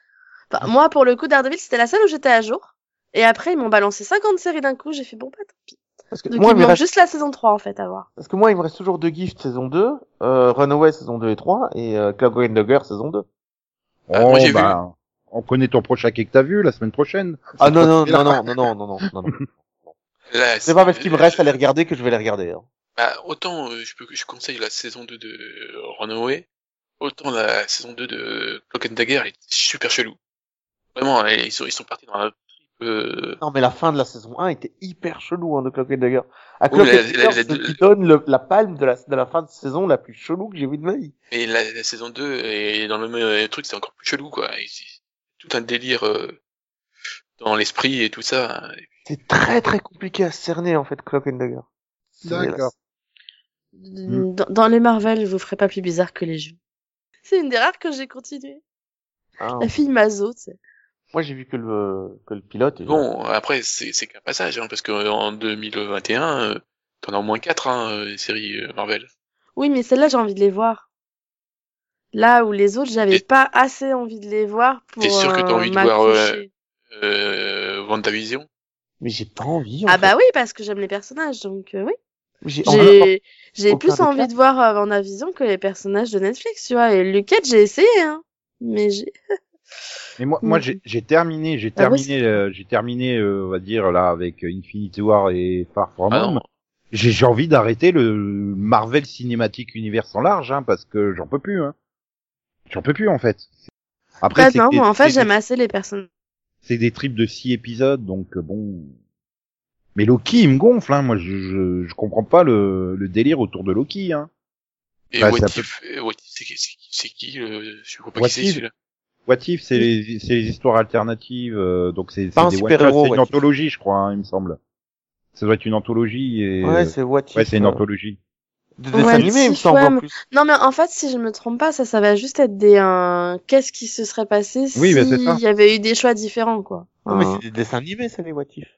C: Enfin,
E: Mmh.
C: moi, pour le coup, Daredevil, c'était la seule où j'étais à jour. Et après, ils m'ont balancé 50 séries d'un coup, j'ai fait bon, pas tant pis.
D: Parce que
C: Donc, il
D: moi, il
C: me
D: me
C: manque
D: reste,
C: juste la saison 3, en fait, à voir.
D: parce que moi il me reste toujours deux Gift saison 2, euh, Runaway saison 2 et 3 et euh, Clockwork and Dagger saison 2.
E: Ah, moi, j'ai
B: bah, on connaît ton prochain quai que t'as vu la semaine prochaine.
D: Ah non non non non non non non non non. non.
E: Là,
D: C'est pas parce qu'il me reste à les regarder que je vais les regarder. hein.
E: Bah, autant euh, je, peux, je conseille la saison 2 de euh, Runaway, autant la saison 2 de Clock and Dagger est super chelou. Vraiment, et ils sont, ils sont partis dans un trip... Euh...
D: Non mais la fin de la saison 1 était hyper chelou hein, de Clockwork and Dagger. À
E: Oui,
D: Clockwork
E: mais la-
D: and
E: la-
D: Dagger,
E: la-
D: c'est ce
E: la-
D: qui donne le- la palme de la de la fin de saison la plus chelou que j'ai vue de ma vie.
E: Mais la, la saison 2 est dans le même euh, truc, c'est encore plus chelou, quoi. Et c'est tout un délire euh, dans l'esprit et tout ça.
D: C'est très très compliqué à cerner en fait Clock and Dagger. C'est-
B: D'accord.
E: Mmh.
B: Hmm.
C: Mmh, Dans, dans les Marvel, je vous ferai pas plus bizarre que les jeux. C'est une des rares que j'ai continué.
D: Ah,
C: La fille Mazo, tu sais.
D: moi j'ai vu que le que le pilote. et-
E: Bon, après, c'est c'est qu'un passage, hein, parce que euh, en 2021, euh, t'en as au moins 4, hein, euh, les séries euh, Marvel.
C: Oui, mais celle-là, j'ai envie de les voir. Là où les autres, j'avais
E: Et-
C: pas assez envie de les voir pour.
E: T'es sûr que t'as
C: euh,
E: envie de voir, euh,
C: m'accrocher.
E: Euh, WandaVision
D: Mais j'ai pas envie. en
C: Ah
D: fait.
C: bah oui, parce que j'aime les personnages, donc euh, oui.
D: J'ai envie.
C: J'ai j'ai
D: aucun
C: plus
D: des
C: envie
D: quatre.
C: de voir euh, Vendavision que les personnages de Netflix, tu vois. Et le 4, j'ai essayé, hein. Mais j'ai.
B: Mais moi, moi
C: Mhm.
B: j'ai j'ai terminé, j'ai
C: Ah, moi,
B: terminé, euh, j'ai terminé, euh, on va dire là avec euh, Infinity War et Far From
E: Ah
B: Home.
E: non,
B: J'ai j'ai envie d'arrêter le Marvel Cinematic Universe en large, hein, parce que j'en peux plus. Hein. J'en peux plus en fait. Après,
C: Bah
B: c'est
C: non,
B: des-
C: moi, en fait,
B: c'est des-
C: j'aime assez les personnages.
B: C'est des tripes de six épisodes, donc euh, bon. Mais Loki, il me gonfle. Hein. Moi, je, je, je comprends pas le, le délire autour de Loki. Hein.
E: et
B: bah,
E: What
B: c'est un
E: If, euh, What If, c'est qui, c'est qui- c'est qui euh, Je vois pas
B: What
E: qui c'est
B: If
E: celui-là.
B: What If, c'est les, c'est les histoires alternatives, euh, donc c'est c'est
D: Pas un
B: des one-shots,
D: super-héros,
B: c'est une
D: What If.
B: anthologie, je crois, hein, il me semble. Ça doit être une anthologie et
D: Ouais, c'est what
B: ouais,
D: If,
B: c'est une
D: euh,
B: anthologie.
D: de dessin
C: Ouais,
D: animé, il me
C: si,
D: semble,
C: ouais,
D: en
C: mais-
D: plus.
C: Non, mais en fait, si je me trompe pas, ça, ça va juste être des. euh, Qu'est-ce qui se serait passé
B: Oui, bah, c'est ça.
C: s'il y avait eu des choix différents, quoi.
D: Non, mais
B: Ah.
C: Euh,
D: c'est des dessins animés, ça, les What If.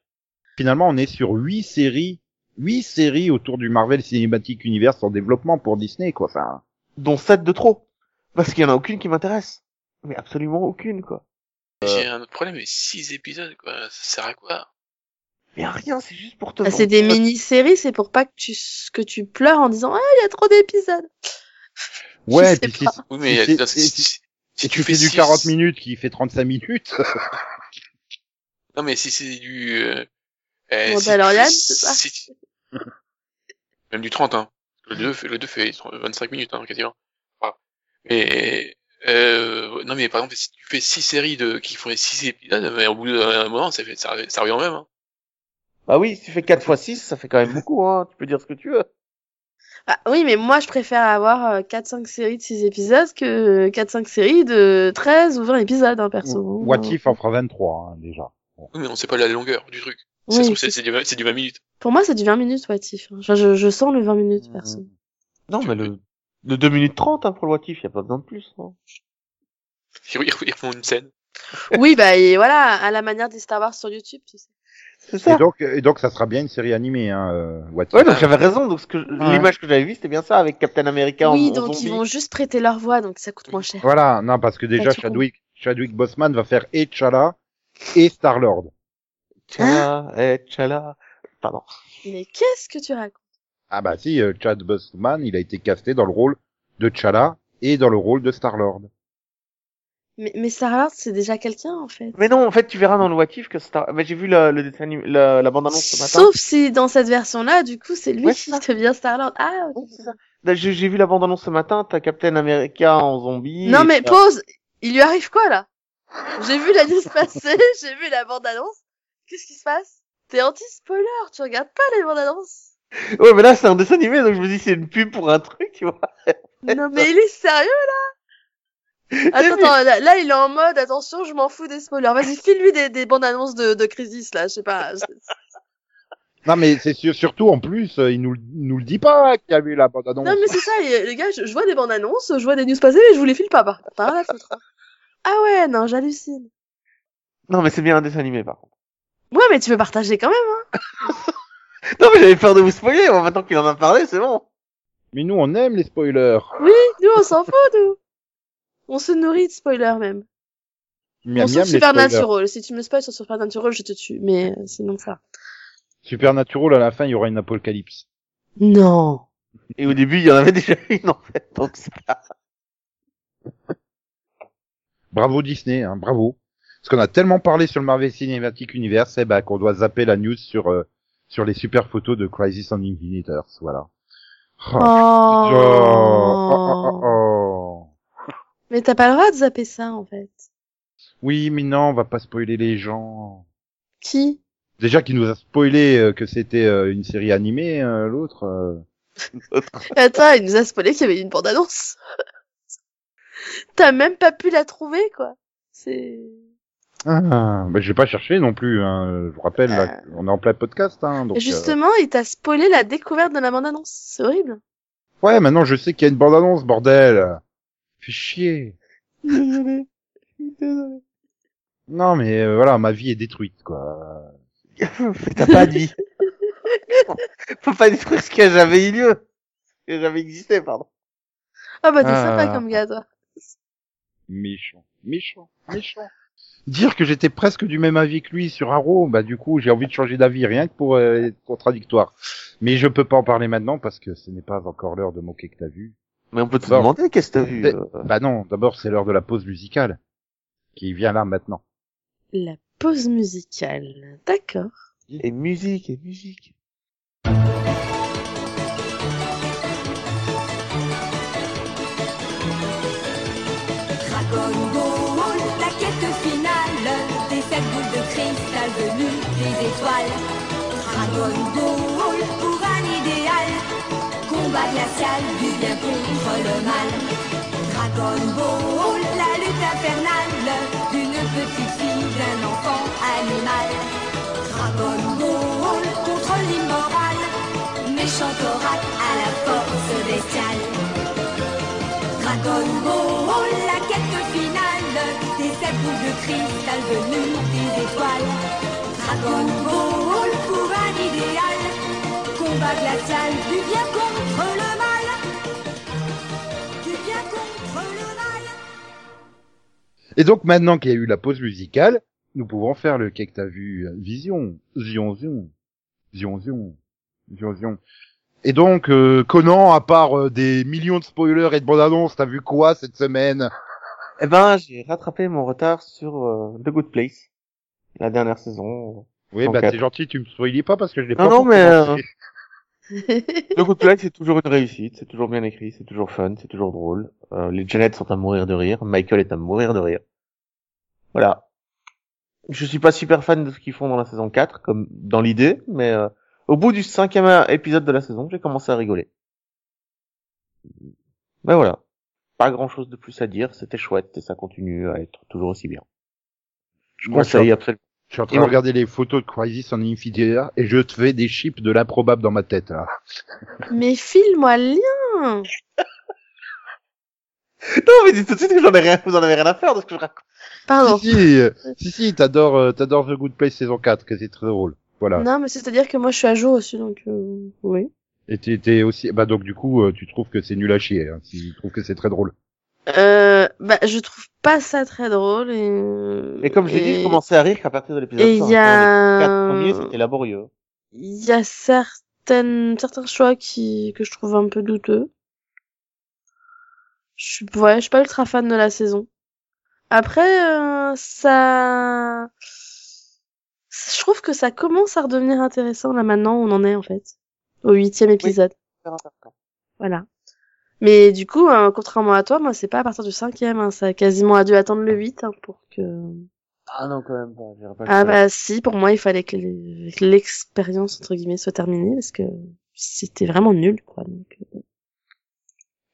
B: Finalement, on est sur huit séries, huit séries autour du Marvel Cinematic Universe en développement pour Disney, quoi. Enfin,
D: Dont 7 de trop. Parce qu'il y en a aucune qui m'intéresse. Mais absolument aucune, quoi.
B: euh,
E: J'ai un autre problème, mais 6 épisodes, quoi, ça sert à quoi
D: Mais rien, c'est juste pour te
C: bah, c'est
D: vendre.
C: des mini-séries, c'est pour pas que tu, s- que tu pleures en disant Ah, il y a trop d'épisodes.
B: ouais.
C: sais
B: puis si,
C: pas.
E: Oui,
B: Et
E: mais
B: c'est-
E: attends, si,
B: et
E: si- si
B: si tu fais
E: fais
B: du
E: six-
B: 40 minutes qui fait 35 minutes.
E: Non, mais si c'est du... Euh, euh,
C: Mandalorian,
E: si tu fais-
C: bah, c'est ça
E: si tu- Même du 30, hein. Le 2, fait- le 2 fait 30 25 minutes, hein, quasiment. Voilà. Mais... Euh, non, mais par exemple, si tu fais 6 séries de, qui feraient 6 épisodes, mais au bout d'un moment, ça, fait, ça, ça revient au même. Hein.
D: Bah oui, si tu fais 4 fois 6, ça fait quand même beaucoup, hein. Tu peux dire ce que tu veux.
C: Ah, oui, mais moi, je préfère avoir euh, 4-5 séries de 6 épisodes que 4-5 séries de 13 ou 20 épisodes, hein, perso.
D: Oh.
B: What If en fera 23, hein, déjà.
E: Oui, mais on sait pas la longueur du truc.
C: Oui,
E: ça se trouve, c'est
C: c'est-
E: c'est du, vingt- c'est du 20 minutes.
C: Pour moi, c'est du 20 minutes, What If. hein. Je, je, je sens le 20
D: Mmh.
C: minutes, perso.
D: Non,
E: Tu
D: mais
E: peux-
D: le, le 2 minutes 30, hein, pour le What If, y a pas besoin de plus, hein.
E: Ils, ils- ils refont une scène.
C: oui, bah, et voilà, à la manière des Star Wars sur YouTube, tu sais.
D: C'est ça.
B: Et donc, et donc, ça sera bien une série animée, hein, euh, What If.
D: Ouais, bah. donc j'avais raison. Donc ce que
C: Ouais.
D: l'image que j'avais vue, c'était bien ça avec Captain America
C: oui,
D: en, en
C: donc
D: zombie.
C: ils vont juste prêter leur voix, donc ça coûte moins cher.
B: Voilà, non, parce que déjà,
D: Bah,
C: Pas tout
B: Chadwick, Chadwick Boseman va faire et T'Challa et Star-Lord.
D: Tchala, eh, tchala. Pardon.
C: Mais qu'est-ce que tu racontes
B: Ah bah si, euh, Chad Boseman, il a été casté dans le rôle de T'Challa et dans le rôle de Star-Lord.
C: Mais, mais Sarah, c'est déjà quelqu'un, en fait.
D: Mais non, en fait, tu verras dans le What If que Star. Bah, j'ai vu la, le dessin anim- la, la bande annonce ce matin.
C: Sauf si dans cette version-là, du coup, c'est lui
D: Ouais,
C: qui
D: c'est
C: devient Star-Lord. Ah, ok.
D: Non, c'est ça. Là, Bah, J'ai j'ai vu la bande annonce ce matin. T'as Captain America en zombie.
C: Non,
D: et
C: mais
D: t'as-
C: pause Il lui arrive quoi, là J'ai vu la news passer, j'ai vu la bande-annonce. Qu'est-ce qui se passe T'es anti-spoiler, tu regardes pas les bandes-annonces.
D: Ouais, mais là, c'est un dessin animé, donc je me dis c'est une pub pour un truc, tu vois.
C: Non, mais il est sérieux, là Attends,
D: Mais-
C: attends, là, là, il est en mode, attention, je m'en fous des spoilers. Vas-y, file-lui des, des bandes-annonces de, de Crisis, là, je sais pas.
B: Non mais c'est sûr- surtout en plus, euh, il nous, le- nous le dit pas qu'il y a eu la bande-annonce.
C: Non, mais c'est ça, et, euh, les gars, je, je vois des bandes annonces, je vois des news passer, mais je vous les file pas, par par la foutre. Ah ouais, non, j'hallucine.
D: Non, mais c'est bien un dessin animé, par contre.
C: Ouais, mais tu peux partager quand même, hein.
D: Non, mais j'avais peur de vous spoiler. Bon, maintenant qu'il en a parlé, c'est bon.
B: Mais nous, on aime les spoilers.
C: Oui, nous, on s'en fout, nous. On se nourrit de spoilers, même.
B: Miam,
C: on
B: miam,
C: sur
B: les spoilers.
C: Supernatural. Si tu me spoil sur Supernatural, je te tue, mais euh, sinon ça.
B: Supernatural, à la fin, il y aura une apocalypse.
C: Non.
D: Et au début, il y en avait déjà une, en fait. Donc, c'est pas...
B: Bravo Disney, hein, bravo. Parce qu'on a tellement parlé sur le Marvel Cinematic Universe, eh ben, qu'on doit zapper la news sur euh, sur les super photos de Crisis on Infinite Earths, voilà.
C: Oh.
B: Oh, oh, oh, oh.
C: Mais t'as pas le droit de zapper ça, en fait.
B: Oui, mais non, on va pas spoiler les gens.
C: Qui
B: Déjà qu'il nous a spoilé euh, que c'était euh, une série animée, euh, l'autre. euh.
C: Attends, il nous a spoilé qu'il y avait une bande annonce. t'as même pas pu la trouver, quoi. C'est...
B: Ah, bah, j'ai pas cherché non plus. Hein. Je vous rappelle, là, on est en plein podcast. Hein, donc, euh,
C: Justement, il t'a spoilé la découverte de la bande-annonce. C'est horrible.
B: Ouais, maintenant je sais qu'il y a une bande-annonce, bordel. Fais chier.
C: Désolé.
B: Non, mais euh, voilà, ma vie est détruite, quoi.
D: T'as pas dit. Faut pas détruire ce qui a jamais eu lieu. Ce qui a jamais existé, pardon.
C: Ah bah t'es
B: Ah.
C: sympa comme gars, toi.
B: Méchant, méchant, méchant. Dire que j'étais presque du même avis que lui sur Arrow, bah du coup j'ai envie de changer d'avis rien que pour euh, être contradictoire. Mais je peux pas en parler maintenant parce que ce n'est pas encore l'heure de moquer que t'as vu.
D: Mais on peut te
B: Bon.
D: demander qu'est-ce que t'as vu.
B: Mais-
D: euh.
B: Bah non, d'abord c'est l'heure de la pause musicale qui vient là maintenant.
C: La pause musicale. D'accord.
D: Et musique, et musique.
F: Dragon Ball, la quête finale des sept boules de cristal venues des étoiles. Dragon Ball pour un idéal, combat glacial du bien contre le mal. Dragon Ball, la lutte infernale d'une petite fille, d'un enfant animal. Dragon Ball contre l'immoral, méchant oracle à la force oh, cristal venu des étoiles. Dragon Ball pour un idéal. Combat glacial du bien contre le mal. Du bien contre le mal.
B: Et donc maintenant qu'il y a eu la pause musicale, nous pouvons faire le quai que t'as vu euh, Vision. Zion Zion. Zion Zion. Zion Zion. Et donc, euh, Conan, à part euh, des millions de spoilers et de bandes annonces, t'as vu quoi cette semaine
D: Eh ben, j'ai rattrapé mon retard sur euh, The Good Place, la dernière saison.
B: Oui,
D: Ok.
B: bah c'est gentil, tu me spoilies pas parce que je l'ai
D: Non,
B: pas
D: non,
B: encore
D: mais, euh,
B: commencé.
D: The Good Place, c'est toujours une réussite, c'est toujours bien écrit, c'est toujours fun, c'est toujours drôle. Euh, les Janet sont à mourir de rire, Michael est à mourir de rire. Voilà. Je suis pas super fan de ce qu'ils font dans la saison 4, comme dans l'idée, mais euh, au bout du cinquième épisode de la saison, j'ai commencé à rigoler. Mais voilà. Pas grand chose de plus à dire, c'était chouette et ça continue à être toujours aussi bien. Je
B: Moi, je suis
D: conseille absolument.
B: Je suis en
D: Et
B: train de
D: on-
B: regarder les photos de Crisis en Infinity et je te fais des chips de l'improbable dans ma tête. Là.
C: Mais file-moi le lien
D: Non, mais dis tout de suite que j'en ai rien, vous en avez rien à faire de ce que je raconte. Ah
C: Pardon.
B: Si, si, euh, si, si, t'adores, euh, t'adores The Good Place saison 4, que c'est très drôle.
D: Ah.
B: Voilà.
C: Non, mais c'est-à-dire que moi, je suis à jour aussi, donc euh, oui.
B: Et t'es, t'es aussi, bah donc du coup, euh, tu trouves que c'est nul à chier, hein, tu trouves que c'est très drôle.
C: Euh, bah, je trouve pas ça très drôle. Et,
D: Et comme je l'ai dit, je commençais à rire qu'à partir de l'épisode
C: Et il
D: 5,
C: y
D: hein, les
C: a...
D: quatre premiers, c'était laborieux.
C: il y a certaines, certains choix qui, que je trouve un peu douteux. Je suis, ouais, je suis pas ultra fan de la saison. Après, euh, ça, je trouve que ça commence à redevenir intéressant là maintenant où on en est en fait. Au huitième épisode. Voilà. Mais du coup, hein, contrairement à toi, moi c'est pas à partir du cinquième, hein, ça a quasiment a dû attendre le 8 hein, pour que...
D: Ah non, quand même pas, j'irai pas
C: Ah
D: jusque-là.
C: bah si, pour moi il fallait que le- que l'expérience entre guillemets soit terminée parce que c'était vraiment nul quoi. Donc, euh,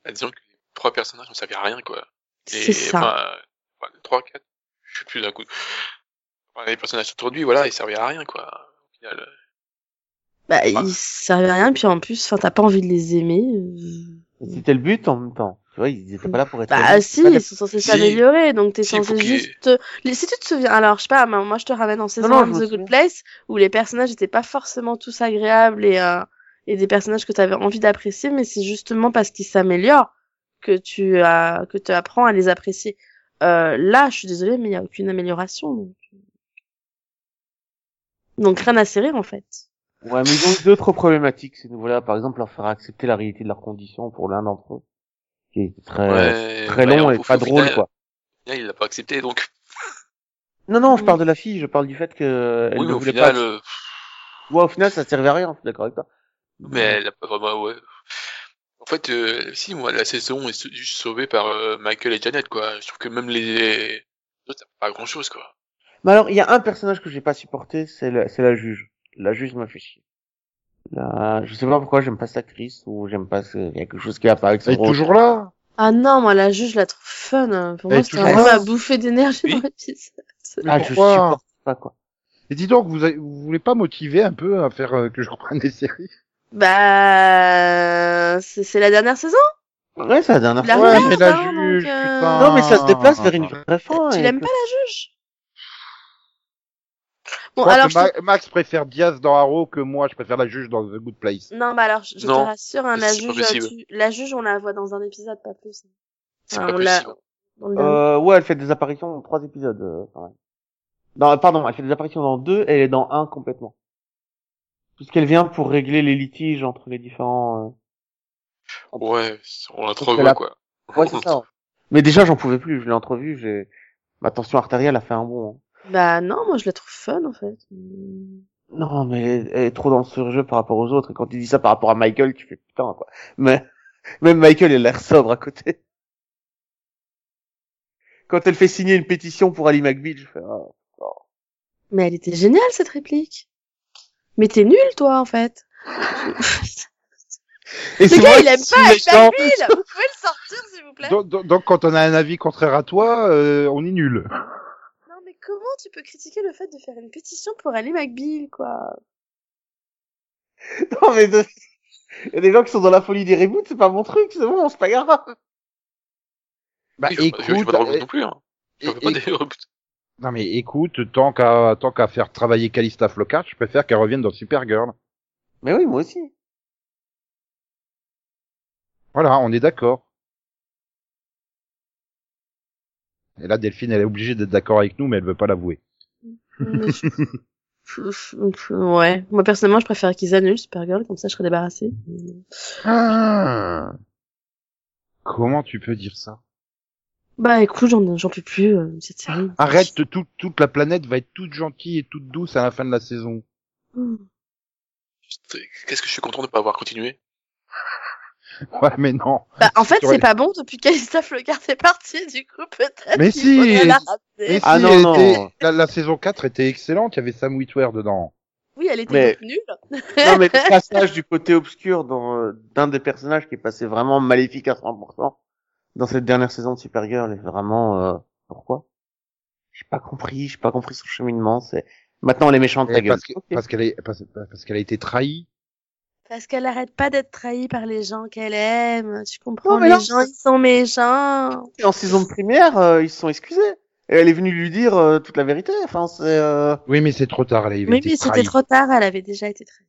E: Bah, disons que les trois personnages, on savait rien, quoi. Et,
C: c'est ça.
E: Enfin, euh, enfin, les trois, quatre, je sais plus d'un coup. Enfin, les personnages autour de lui, voilà, ils servaient à rien, quoi. Au final, euh,
C: Bah ils servaient à rien puis en plus, enfin t'as pas envie de les aimer. euh.
D: Et C'était le but en même temps. Tu vois, ils étaient pas là pour être.
C: Bah
D: aimés,
C: si,
D: c'était pas
C: ils
D: des-
C: sont censés
E: Si.
C: s'améliorer donc t'es
E: Si,
C: censé
E: faut qu'il y ait-
C: juste. les- Si tu te souviens, alors je sais pas, moi moi, je te ramène en saison 1
D: non, je
C: de
D: me
C: The
D: souviens.
C: Good Place où les personnages étaient pas forcément tous agréables et euh, et des personnages que t'avais envie d'apprécier mais c'est justement parce qu'ils s'améliorent que tu as que tu apprends à les apprécier. Euh, là, je suis désolée, mais il y a aucune amélioration. Donc, euh. donc rien à serrer en fait.
D: Ouais, mais ils ont eu d'autres problématiques, ces nouveaux-là. Par exemple, leur faire accepter la réalité de leurs conditions pour l'un d'entre eux. Qui est très,
E: ouais,
D: très
E: bah,
D: long
E: au-
D: et
E: au
D: pas
E: final,
D: drôle, quoi.
E: au final, il l'a pas accepté, donc,
D: Non, non, je
C: Oui.
D: parle de la fille, je parle du fait que elle
E: oui,
D: ne
E: mais au
D: voulait
E: final,
D: pas.
E: euh,
D: Ouais, au final, ça servait à rien, je suis d'accord avec toi.
E: mais elle a pas vraiment, ouais. En fait, euh, si, moi, la saison est sau- juste sauvée par euh, Michael et Janet, quoi. Je trouve que même les autres, ça fait pas grand chose, quoi.
D: Mais alors, il y a un personnage que j'ai pas supporté, c'est la, c'est la juge. La juge m'a fait chier. La... Je sais pas pourquoi j'aime pas cette actrice ou j'aime pas ce... il y a quelque chose qui apparaît avec son
B: Elle est
D: rôle.
B: toujours là
C: Ah non, moi la juge, je la trouve fun. hein. Pour
B: Elle
C: moi,
B: est
C: c'était
B: toujours
C: vraiment
B: là.
C: à bouffer d'énergie
E: Oui.
C: dans l'épisode.
B: Mais
D: Ah, je
B: pourquoi
D: supporte pas quoi.
B: Et dis donc, vous, avez- vous voulez pas motiver un peu à faire euh, que je reprenne des séries
C: Bah, c'est c'est la dernière saison.
D: Ouais, c'est la dernière
C: La
D: fois.
C: regarde,
B: mais la
C: hein,
B: juge,
C: donc, euh,
B: putain.
D: Non, mais ça se déplace vers une vraie fin.
C: tu
D: et
C: l'aimes
D: que-
C: pas la juge Bon,
B: Je crois
C: alors
B: que
C: je te-
B: Ma- Max préfère Diaz dans Arrow que moi, je préfère la juge dans The Good Place.
C: Non, bah alors, je je te
E: Non,
C: rassure, hein, la
E: c'est pas
C: juge,
E: possible.
C: tu- la juge, on la voit dans un épisode, pas plus.
E: C'est
C: Ah,
E: pas
C: on l'a-
E: possible.
C: Dans le dernier.
D: Euh, ouais, elle fait des apparitions dans trois épisodes. euh, quand même. Non, euh, pardon, elle fait des apparitions dans deux et elle est dans un complètement. Puisqu'elle vient pour régler les litiges entre les différents.
E: Ouais, on l'a
D: Sauf
E: trop
D: qu'elle
E: vu,
D: a-
E: quoi.
D: euh, Ouais, c'est ça. Mais déjà, j'en pouvais plus. Je l'ai entrevue. J'ai ma tension artérielle a fait un bond. hein.
C: Bah non, moi je la trouve fun en fait. Mm.
D: Non, mais elle elle est trop dans le surjeu par rapport aux autres. Et quand tu dis ça par rapport à Michael, tu fais putain quoi. Mais même Michael, il a l'air sobre à côté. Quand elle fait signer une pétition pour Ali McBeal, je fais. ah.
C: Mais elle était géniale cette réplique. Mais t'es nul toi en fait.
D: Et
C: Le
D: souvent,
C: gars il aime
D: se
C: pas
D: met
C: avec la
D: dans-
C: ville. Vous pouvez le sortir s'il vous plaît.
B: Donc, donc- donc, quand on a un avis contraire à toi, euh, on est nul.
C: Non mais comment tu peux critiquer le fait de faire une pétition pour aller McBeal quoi
D: Non, mais de- il y a des gens qui sont dans la folie des reboots, c'est pas mon truc, c'est bon, c'est pas grave.
B: Bah
D: Bah,
E: Oui, je- je- je suis pas dans le
B: euh,
E: non plus, hein. Je veux pas
B: é-
E: des reboots.
B: Non mais écoute, tant qu'à tant qu'à faire travailler Calista Flockhart, je préfère qu'elle revienne dans Supergirl.
D: Mais oui, moi aussi.
B: Voilà, on est d'accord. Et là, Delphine, elle est obligée d'être d'accord avec nous, mais elle veut pas l'avouer.
C: Mais je- Pff, pff, ouais. Moi, personnellement, je préfère qu'ils annulent Supergirl, comme ça, je serais débarrassée.
B: Ah. Comment tu peux dire ça
C: Bah, écoute, j'en, j'en peux plus, euh, cette série.
B: Arrête, tout- toute la planète va être toute gentille et toute douce à la fin de la saison.
C: Bah,
E: C'est- Qu'est-ce que je suis content de ne pas avoir continué.
B: Ouais, mais non.
C: Bah, en fait,
B: Sur
C: c'est
B: elle.
C: pas bon depuis qu'Alista Flockhart est partie, du coup, peut-être.
B: Mais
C: qu'il
B: si,
C: faudrait la rappeler.
B: Mais
D: Ah
B: si,
D: non,
B: elle
D: non.
B: était- La, la saison 4 était excellente, il y avait Sam Witwer dedans.
C: Oui, elle était
D: Mais-
C: toute nulle.
D: Non, mais le passage du côté obscur dans, euh, d'un des personnages qui est passé vraiment maléfique à 100% dans cette dernière saison de Supergirl est vraiment, euh, pourquoi? J'ai pas compris, j'ai pas compris son cheminement, c'est, maintenant les méchants de ta
B: Et
D: gueule.
B: Parce que-
D: Ok.
B: parce qu'elle est- parce- parce qu'elle a été trahie.
C: Parce qu'elle arrête pas d'être trahie par les gens qu'elle aime. Tu comprends?
D: Non, mais
C: les
D: non.
C: gens, ils sont méchants.
D: Et en saison de première, euh, ils se sont excusés. Et elle est venue lui dire euh, toute la vérité. Enfin, c'est euh,
B: Oui, mais c'est trop tard, elle a
C: Mais
B: été
C: oui, c'était
B: trahie.
C: trop tard, elle avait déjà été trahie.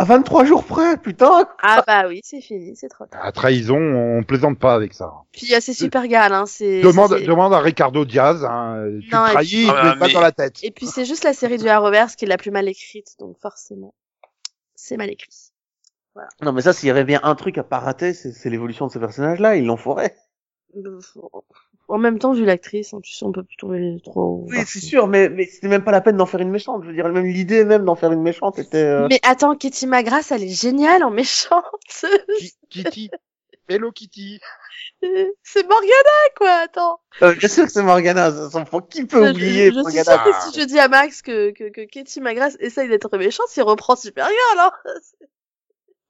D: à 23 jours près, putain.
C: Ah bah oui, c'est fini, c'est trop tard.
B: La trahison, on plaisante pas avec ça.
C: Puis euh, c'est Supergirl, hein, c'est...
B: Ah. Demande,
C: c'est-
B: demande à Ricardo Diaz, hein, tu
C: Non, et
B: trahis,
E: puis-
B: il
E: Ah,
B: te met pas
E: mais-
B: dans la tête.
C: Et puis c'est juste la série du Arrowverse qui est la plus mal écrite, donc forcément, c'est mal écrit.
D: Non, mais ça, s'il y avait bien un truc à pas rater, c'est c'est l'évolution de ce personnage-là. Ils l'ont foiré.
C: En même temps, vu l'actrice, hein, tu sais, on peut plus tomber trop...
D: Oui,
C: partout.
D: c'est sûr, mais, mais c'était même pas la peine d'en faire une méchante. Je veux dire, même l'idée même d'en faire une méchante était. euh,
C: Mais attends, Kitty Magras, elle est géniale en méchante
B: Ki- Kitty. Hello Kitty.
C: C'est Morgana, quoi, attends
D: euh, bien sûr que c'est Morgana, ça s'en fout. Qui peut oublier
C: je, je suis
D: Morgana
C: sûre que si je dis à Max que, que, que Kitty Magras essaye d'être méchante, il reprend Supergirl, hein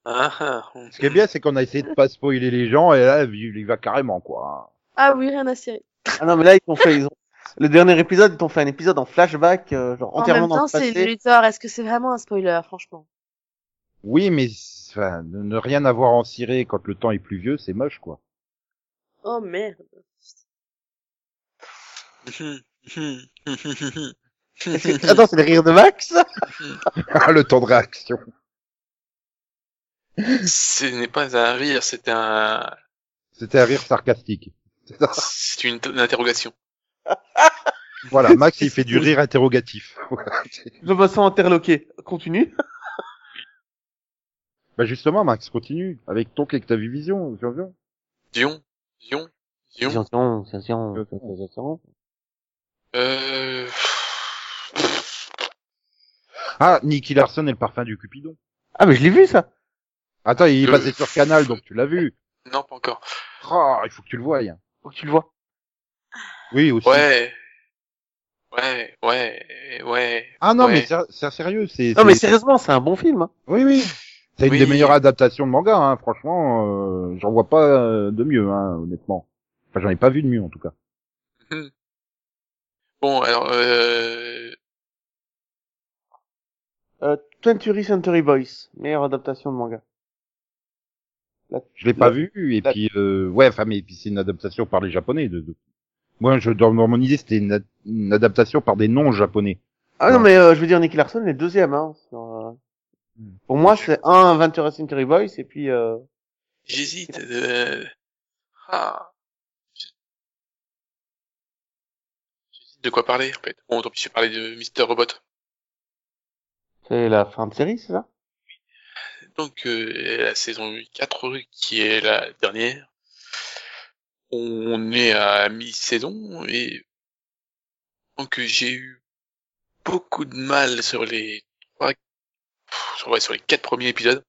E: Ah, ah, on-
B: Ce qui est bien, c'est qu'on a essayé de pas spoiler les gens, et là, il y va carrément, quoi.
C: Ah oui, rien à cirer.
D: Ah non, mais là, ils ont fait. Ils ont... Le dernier épisode, ils t'ont fait un épisode en flashback, euh, genre
C: En
D: entièrement
C: même
D: dans
C: temps,
D: le
C: c'est
D: passé.
C: Luthor, est-ce que c'est vraiment un spoiler, franchement
B: Oui, mais, enfin, ne ne rien avoir en ciré quand le temps est pluvieux, c'est moche, quoi.
C: Oh merde
D: Est-ce que- Attends, c'est le rire de Max
B: Ah, le temps de réaction.
E: Ce n'est pas un rire, c'est un,
B: C'était un rire sarcastique. C'est ça.
E: c'est une, une interrogation.
B: Voilà, Max, il fait du rire interrogatif. Voilà.
D: Je me sens interloqué. Continue.
B: Bah justement, Max, continue avec ton clé que t'as vu vision, vision.
E: Dion, Dion, Dion.
D: Attention, attention, attention.
E: Euh...
B: Ah, Nicky Larson et le parfum du Cupidon.
D: Ah, mais je l'ai vu, ça.
B: Attends, il est
E: Euh.
B: passé sur Canal, donc tu l'as vu.
E: Non, pas encore.
B: Oh, il faut que tu le voyes.
D: Faut que Oh, tu le vois.
B: Oui, aussi.
E: Ouais. Ouais, ouais, ouais.
B: Ah non,
E: Ouais.
B: mais c'est- c'est sérieux, c'est.
D: Non, mais
B: c'est-
D: sérieusement, c'est un bon film. hein.
B: Oui, oui. C'est une
E: Oui.
B: des meilleures adaptations de manga, hein. franchement, euh, j'en vois pas euh, de mieux, hein, honnêtement. Enfin, j'en ai pas vu de mieux, en tout cas.
E: Bon, alors, euh...
D: Euh, 20th Century Boys, meilleure adaptation de manga.
B: Je l'ai pas
D: La-
B: vu, et
D: la-
B: puis, euh, ouais, enfin, mais puis c'est une adaptation par les japonais. De, de- Moi, je, dans mon idée, c'était une, ad- une adaptation par des non-japonais.
D: Ah non,
B: Ouais.
D: mais euh, je veux dire, Nicky Larson est deuxième. Hein, sur, euh, Pour moi, c'est un 20th Century Boys et puis... Euh...
E: j'hésite. Euh... Ah. J'hésite de quoi parler, en fait. Bon, tant pis, je vais parler de Mister Robot.
D: C'est la fin de série, c'est ça
E: Donc, euh, la saison 4, qui est la dernière, on est à mi-saison et donc euh, j'ai eu beaucoup de mal sur les trois, pff, sur, ouais, sur les quatre premiers épisodes.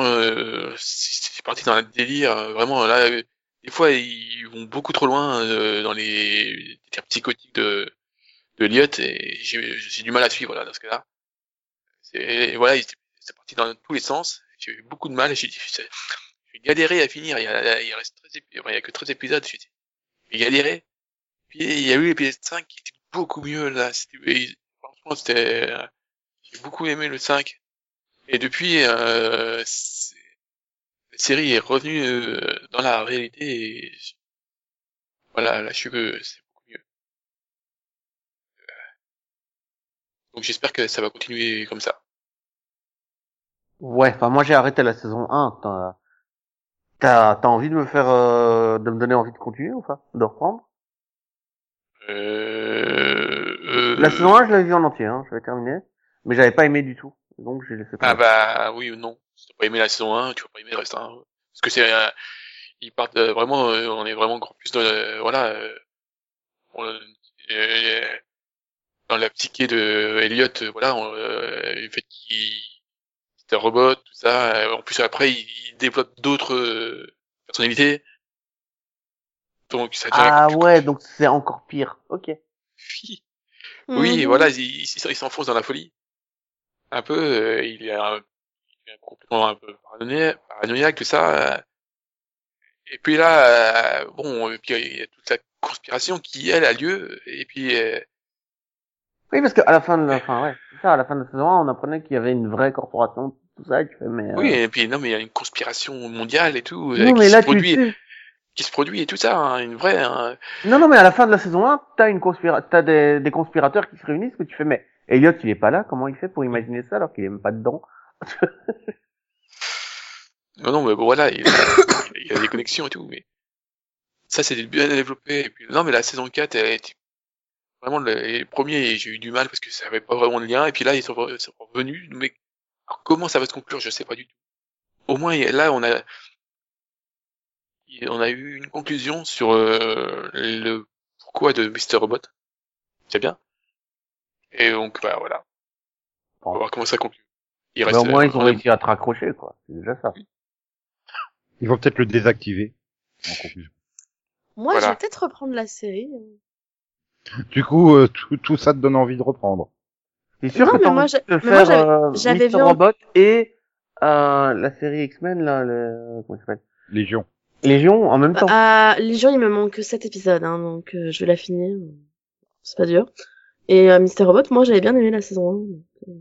E: Euh, c'est c'est parti dans un délire, euh, vraiment là. euh, Des fois, ils vont beaucoup trop loin euh, dans les délires psychotiques de de Elliot et j'ai j'ai du mal à suivre là dans ce cas-là. C'est voilà, il- c'est parti dans tous les sens. J'ai eu beaucoup de mal. J'ai dit, putain, j'ai galéré à finir. Il y a, il reste 13 épi- enfin, il y a que 13 épisodes. J'ai dit, j'ai galéré. Puis il y a eu l'épisode 5 qui était beaucoup mieux là. C'était- et Franchement, c'était, euh, j'ai beaucoup aimé le 5. Et depuis, euh, c'est- la série est revenue euh, dans la réalité. Et... je- Voilà, là, je suis, euh, c'est beaucoup mieux. Donc j'espère que ça va continuer comme ça.
D: Ouais, enfin moi j'ai arrêté la saison 1. T'as- T'as t'as envie de me faire euh, de me donner envie de continuer ou pas De reprendre
E: Euh... euh,
D: La saison 1 je l'avais vue en entier, hein, je l'avais terminée, mais j'avais pas aimé du tout. Donc j'ai laissé
E: Ah
D: tomber.
E: bah oui ou non. Si t'as pas aimé la saison 1, tu vas pas aimer le reste. Hein. Parce que c'est... euh, ils partent euh, vraiment... euh, on est vraiment encore plus dans... le- voilà... euh, on- euh, dans la psyché de Elliot, euh, voilà, on, euh, le fait qu'il... C'est un robot, tout ça. euh, En plus, après, il, il développe d'autres euh, personnalités. Donc, ça devient
D: Ah
E: encore plus
D: ouais, donc c'est encore pire. Ok.
E: compliqué. Oui,
D: Mmh,
C: Mhm.
E: voilà, il, il- il s'enfonce dans la folie. Un peu, euh, il, est un, il est complètement un peu paranoïa- paranoïaque, tout ça. euh. Et puis là, euh, bon, et puis il y a toute la conspiration qui, elle, a lieu. Et puis, euh,
D: Oui, parce qu'à la fin de la fin, ouais, c'est ça, à la fin de la saison 1, on apprenait qu'il y avait une vraie corporation, tout ça, et tu fais, mais... euh,
E: oui, et puis non, mais il y a une conspiration mondiale et tout, euh,
D: non,
E: qui,
D: mais
E: se
D: là, tu-
E: produit,
D: tu...
E: qui se produit et tout ça, hein, une vraie... hein.
D: Non, non, mais à la fin de la saison 1, t'as une conspira... t'as des... des conspirateurs qui se réunissent, que tu fais, mais Elliot, il est pas là, comment il fait pour imaginer ça alors qu'il est même pas dedans
E: Non, non, mais bon, voilà, il, il y a des connexions et tout, mais... Ça, c'est bien développé. Et puis, non, mais la saison 4, elle était vraiment le, les premiers, j'ai eu du mal parce que ça avait pas vraiment de lien. Et puis là, ils sont, re- ils sont revenus. Mais alors, comment ça va se conclure Je sais pas du tout. Au moins, il y a- là, on a, il- on a eu une conclusion sur euh, le pourquoi de Mr. Robot. C'est bien. Et donc, bah voilà. On va voir comment ça conclut. Il euh,
D: Mais Bah, au moins, ils ont
E: vraiment-
D: réussi à te raccrocher, quoi. C'est déjà ça.
B: Ils vont peut-être le désactiver. en conclusion.
C: Moi, je
E: Voilà.
C: vais peut-être reprendre la série.
B: Du coup, euh, tout, tout ça te donne envie de reprendre.
D: C'est sûr
C: Non,
D: que
C: mais
D: t'as
C: moi,
D: envie
C: j'ai-
D: de
C: mais moi,
D: faire
C: j'avais-
D: euh,
C: j'avais
D: Mr.
C: vu en-
D: Robot et euh, la série X-Men, là, le... comment ça s'appelle
B: Légion.
D: Légion, en même temps.
C: Euh, les gens, il me manque que 7 épisodes, hein, donc euh, je vais la finir. C'est pas dur. Et euh, Mister Robot, moi, j'avais bien aimé la saison 1. donc, euh.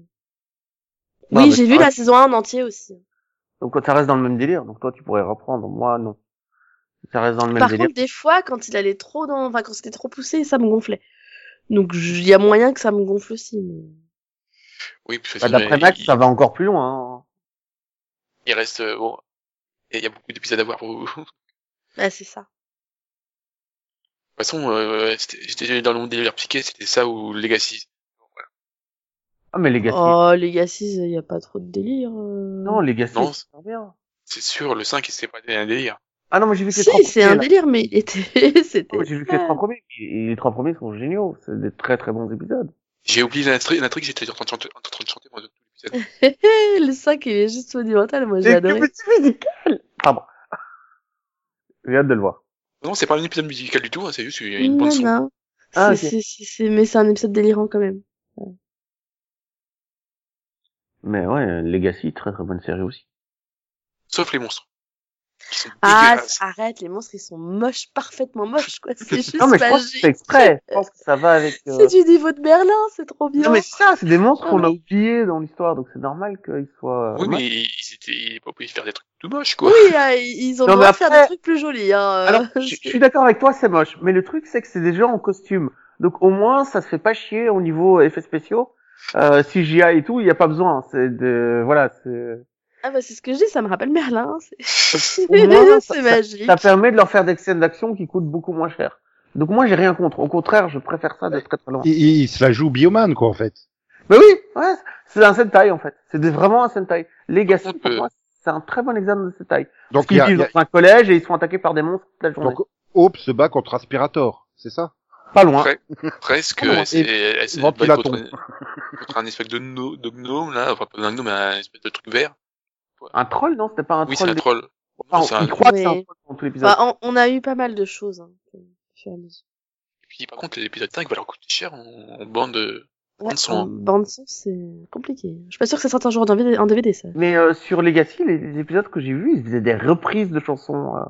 D: Bah,
C: oui,
D: bah,
C: j'ai
D: ça
C: vu la
D: reste-
C: saison 1 en entier aussi. ah.
D: Donc ça reste dans le même délire, donc toi, tu pourrais reprendre, moi, non. Ça reste dans le même
C: Par
D: délire.
C: contre, des fois, quand il allait trop dans, enfin, quand c'était trop poussé, ça me gonflait. Donc, je- il y a moyen que ça me gonfle aussi. Mais...
E: Oui, puis de toute
D: Bah,
E: façon,
D: D'après
E: il-
D: Max,
E: il-
D: ça va encore plus loin. hein.
E: il reste euh, bon. et Il y a beaucoup d'épisodes à voir pour vous.
C: Bah, c'est ça.
E: De toute façon, euh, c'était- j'étais dans le monde délire psyché, c'était ça ou Legacy.
D: Ah, mais Legacy.
C: Oh, les gars, il n'y a pas trop de délire. euh.
D: Non, Legacy.
E: Non,
D: c'est pas bien.
E: C'est sûr, le 5, c'est pas un délire.
D: Ah non, mais j'ai vu que les trois
C: Si, c'est
D: premiers,
C: un
D: là.
C: délire, mais il était, c'était.
D: Non, mais J'ai vu que les trois premiers. Et les trois premiers sont géniaux. C'est des très très bons épisodes.
E: J'ai oublié l'intri- l'intrigue, j'étais en train de chanter, en train de chanter pendant tout l'épisode.
C: le 5, il est juste monumental, moi, j'ai adoré.
D: comédie musicale Pardon. J'ai hâte de le voir.
E: Non, c'est pas un épisode musical du tout, hein, c'est juste une bande
C: Non,
E: son.
C: non.
D: Ah,
C: C'est-
D: ok.
C: c'est- c'est- c'est- Mais c'est un épisode délirant quand même.
D: Mais ouais, Legacy, très très bonne série aussi.
E: Sauf les monstres. Qui sont
C: Ah,
E: dégueulasses.
C: arrête, les monstres, ils sont moches, parfaitement moches, quoi. C'est juste
D: Non, mais je
C: magique.
D: pense que c'est exprès. Je pense que ça va avec. euh,
C: C'est du niveau de Berlin, c'est trop bien.
D: Non, mais ça, c'est des monstres qu'on a oubliés dans l'histoire, donc c'est normal qu'ils soient.
E: Oui,
D: Ouais.
E: mais ils étaient, ils étaient pas obligés de faire des trucs tout moches, quoi.
C: Oui, euh, ils ont
D: Non,
C: le
D: mais
C: droit de faire
D: après-
C: des trucs plus jolis. Hein. euh,
D: Alors, je je suis d'accord avec toi, c'est moche. Mais le truc, c'est que c'est des gens en costume. Donc, au moins, ça se fait pas chier au niveau effets spéciaux. Euh, CGI et tout, il n'y a pas besoin. C'est de, voilà, c'est,
C: Ah bah c'est ce que je dis, ça me rappelle Merlin. C'est
D: Au moins, ça-
C: c'est magique.
D: ça permet de leur faire des scènes d'action qui coûtent beaucoup moins cher. Donc, moi, j'ai rien contre. Au contraire, je préfère ça de très très loin.
B: Il, il- il se la joue Bioman, quoi, en fait.
D: Mais oui, ouais, c'est un Sentai, en fait. C'est des- vraiment un Sentai. Legacy,
E: Par
D: pour
E: contre,
D: moi, c'est un très bon exemple de Sentai.
B: Donc, il
D: Ils
B: y a- il
D: vivent
B: y a-
D: dans un collège et ils sont attaqués par des monstres toute la journée.
B: donc Hope se bat contre Aspirator, c'est ça
D: pas loin.
E: Après, presque,
B: Comment
E: elle s'est-
B: et-
E: elle s'est
B: Ventilaton.
E: battue contre, contre un espèce de, gno- de gnome, là. Enfin, pas un gnome, mais un espèce de truc vert.
D: Un troll, non? C'était pas un
E: oui, c'est
D: troll.
E: un
D: des-
E: troll.
D: Ah,
E: c'est un-
D: il croit que c'est un
C: Oui.
D: troll dans tout l'épisode.
C: Bah, on, on a eu pas mal de choses. Hein, au fur et à mesure.
E: Puis, par contre, l'épisode 5 va leur coûter cher en, en bande. euh,
C: Ouais,
E: Bande son,
C: en
E: hein.
C: bande son, c'est compliqué. Je suis pas sûre que ça sorte un jour en DVD, en DVD ça.
D: Mais euh, sur Legacy, les, les épisodes que j'ai vus, ils faisaient des reprises de chansons, euh,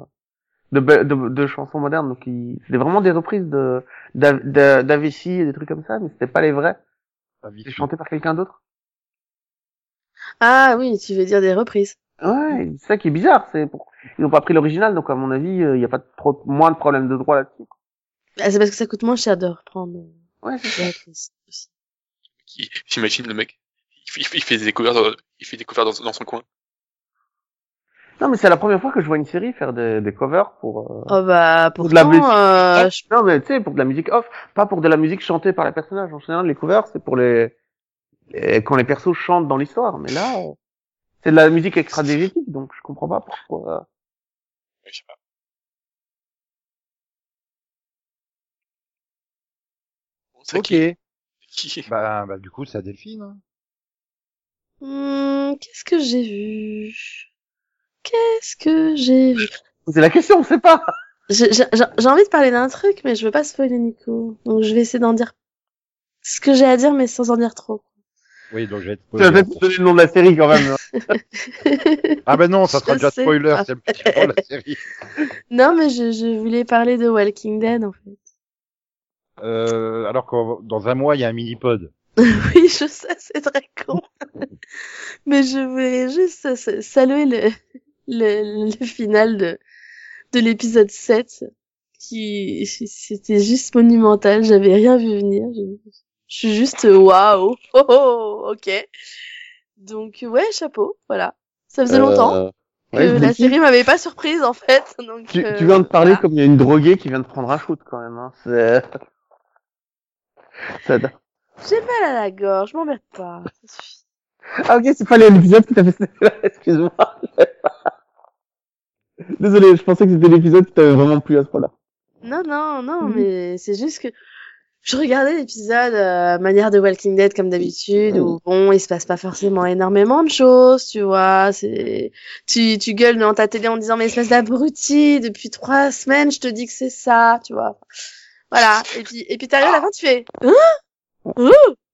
D: de, be- de, de chansons modernes. Donc, ils- c'était vraiment des reprises de d'A- d'A- d'AVC et des trucs comme ça, mais c'était pas les vrais. C'était chanté par quelqu'un d'autre.
C: Ah oui, tu veux dire des reprises.
D: Ouais, c'est ça qui est bizarre. C'est pour... ils n'ont pas pris l'original, donc à mon avis, euh, il n'y a pas de trop moins de problèmes de droit là-dessus.
C: Bah, Ah, c'est parce que ça coûte moins cher de reprendre euh,
D: Ouais, c'est
C: des reprises aussi.
E: qui, T'imagines le mec il, fait- il fait- il fait des découvertes, dans, il fait des découvertes dans, dans son coin.
D: Non, mais c'est la première fois que je vois une série faire des, des covers pour. euh,
C: Oh bah,
D: Ou de la
C: pourtant,
D: musique.
C: euh, je-
D: Non, mais tu sais, pour de la musique off, pas pour de la musique chantée par les personnages. En général, les covers, c'est pour les... les- quand les persos chantent dans l'histoire. Mais là, euh, c'est de la musique extra donc je comprends pas pourquoi. euh,
E: Je sais pas. Bon, ça,
B: Ok.
E: qui, qui-
B: Bah, bah, du coup, c'est à Delphine. hein.
C: Hmm, qu'est-ce que j'ai vu Qu'est-ce que j'ai vu
D: C'est la question, on sait pas.
C: J'ai j'ai- j'ai- j'ai envie de parler d'un truc, mais je veux pas spoiler Nico. Donc je vais essayer d'en dire ce que j'ai à dire, mais sans en dire trop.
B: Oui, donc je vais te
D: Tu vas peut-être nous donner le nom de la série quand même.
B: Ah bah non, ça sera
C: Je
B: déjà
C: sais Ah,
B: spoiler,
C: pas.
B: c'est le petit point de la série.
C: non, mais je, je voulais parler de Walking Dead, en fait.
B: Euh, alors que dans un mois, il y a un mini-pod.
C: Oui, je sais, c'est très con. mais je voulais juste sa- saluer le, le, le final de, de l'épisode 7, qui, c'était juste monumental, j'avais rien vu venir. Je, je suis juste waouh, oh, oh, ok. Donc, euh, ouais, chapeau, voilà. Ça faisait longtemps que
D: Euh, ouais,
C: la
D: Vicky,
C: série m'avait pas surprise, en fait. Donc,
D: Tu,
C: euh,
D: tu viens de parler
C: voilà.
D: comme il y a une droguée qui vient de prendre un shoot quand même. Hein. C'est... Ça-
C: J'ai mal à la Ah gorge, je m'embête pas, ça suffit.
D: Ah ok, c'est pas l'épisode qui t'a fait cette- Excuse-moi. Désolé, je pensais que c'était l'épisode qui t'avait vraiment plu à ce point-là.
C: Non, non, non,
D: Mhm.
C: mais c'est juste que je regardais l'épisode euh, manière de Walking Dead comme d'habitude, où bon, il se passe pas forcément énormément de choses, tu vois. C'est tu, tu gueules dans ta télé en disant mais espèce d'abruti, depuis trois semaines, je te dis que c'est ça, tu vois. Voilà. Et puis et puis t'arrives à la fin, tu fais hein Hein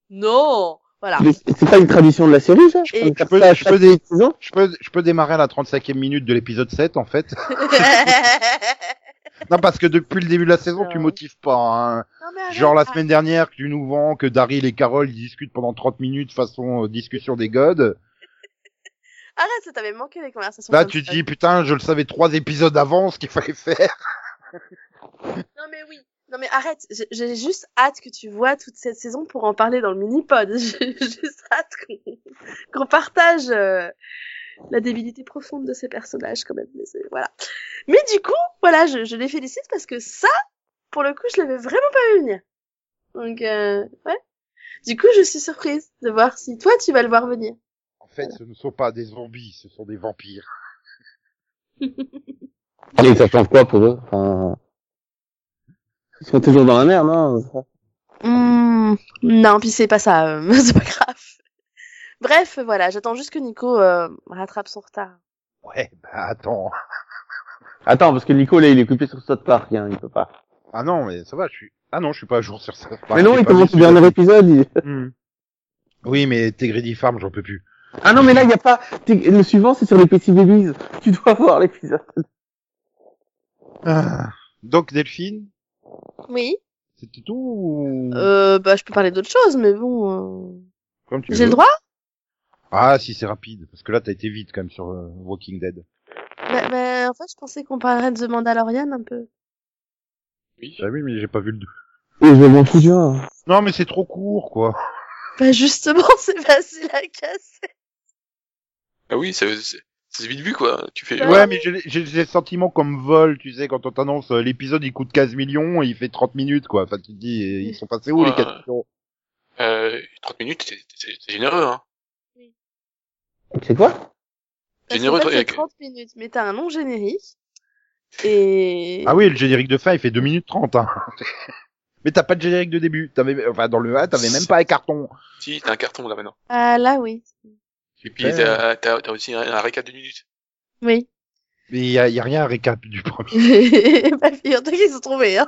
C: Non. Voilà.
D: Mais C'est pas une tradition de la série, ça Je
C: Et-
B: Ah. Je
D: peux faire
B: peux,
D: ça à
B: je,
D: chaque
B: peux dé-
D: saison
B: je, peux, je peux démarrer à la 35e minute de l'épisode 7, en fait. non, parce que depuis le début de la saison, tu
C: Non.
B: motives pas. Hein.
C: Non, mais arrête,
B: Genre la
C: arrête.
B: semaine dernière, que tu nous vends que Daryl et Carol ils discutent pendant 30 minutes façon euh, discussion des gods.
C: Arrête, ça t'avait manqué les conversations.
B: Là,
C: comme
B: tu
C: ça.
B: dis, putain, je le savais trois épisodes avant ce qu'il fallait faire.
C: Non mais oui. Non mais arrête, J'ai- j'ai juste hâte que tu vois toute cette saison pour en parler dans le mini-pod. J'ai juste hâte qu'on qu'on partage euh, la débilité profonde de ces personnages quand même. Mais c'est- voilà. Mais du coup, voilà, je, je les félicite parce que ça, pour le coup, je l'avais vraiment pas vu venir. Donc, euh, ouais. Du coup, je suis surprise de voir si toi, tu vas le voir venir.
B: En fait, ce ne sont pas des zombies, ce sont des vampires.
D: Allez, ça change quoi pour eux enfin... Ils sont toujours dans la merde, hein. non
C: Hmm, non, puis c'est pas ça, euh, c'est pas grave. Bref, voilà, j'attends juste que Nico euh, rattrape son retard.
B: Ouais, bah attends.
D: Attends, parce que Nico, là, il est coupé sur South Park, hein, il peut pas.
B: Ah non, mais ça va, je suis... Ah non, je suis pas à jour sur ça.
D: mais non,
B: J'ai
D: il
B: pas
D: commence
B: vu
D: le dernier
B: celui-là.
D: épisode. il-
B: Hmm. Oui, mais t'es Greedy Farm, j'en peux plus.
D: Ah non, mais là, il y a pas... t'es- Le suivant, c'est sur les petits babies. Tu dois voir l'épisode.
B: Ah. Donc Delphine,
C: Oui.
B: c'était tout ou...
C: Euh, bah, je peux parler d'autre chose, mais bon. euh,
B: Comme tu
C: J'ai
B: veux.
C: le droit
B: Ah si, c'est rapide, parce que là t'as été vite quand même sur euh, Walking Dead.
C: bah, bah, En fait, je pensais qu'on parlerait de The Mandalorian un peu.
E: Oui.
B: Ah oui, mais j'ai pas vu le deux.
D: Et je m'en fous, tu vois.
B: Non, mais c'est trop court, quoi.
C: Bah, justement, c'est facile à casser.
E: Ah oui, ça- c'est c'est vite vu quoi. Tu fais.
C: Ouais.
B: Ouais, mais j'ai j'ai- j'ai le sentiment comme vol, tu sais, quand on t'annonce euh, l'épisode, il coûte 15 millions et il fait 30 minutes, quoi. Enfin, tu te dis, euh, ils sont passés où les
E: Ouais.
B: 4 millions
E: Euh, 30 minutes, c'est- c'est c'est généreux hein.
D: C'est quoi
C: Parce
E: Généreux,
C: qu'en fait,
E: toi, il y a
C: c'est
E: que-
C: 30 minutes, mais t'as un long générique. Et.
B: Ah oui, le générique de fin, il fait 2 minutes 30, hein. mais t'as pas de générique de début. T'avais, enfin, dans le 1, t'avais même pas un carton.
E: Si, t'as un carton là maintenant.
C: Ah, là, oui.
E: Et puis
B: Ouais.
E: t'as t'as- t'as aussi un, un récap de minutes.
C: Oui.
B: Mais il y a, y a rien à récap du premier.
C: bah, figure-toi qu'ils se sont trouvés, hein.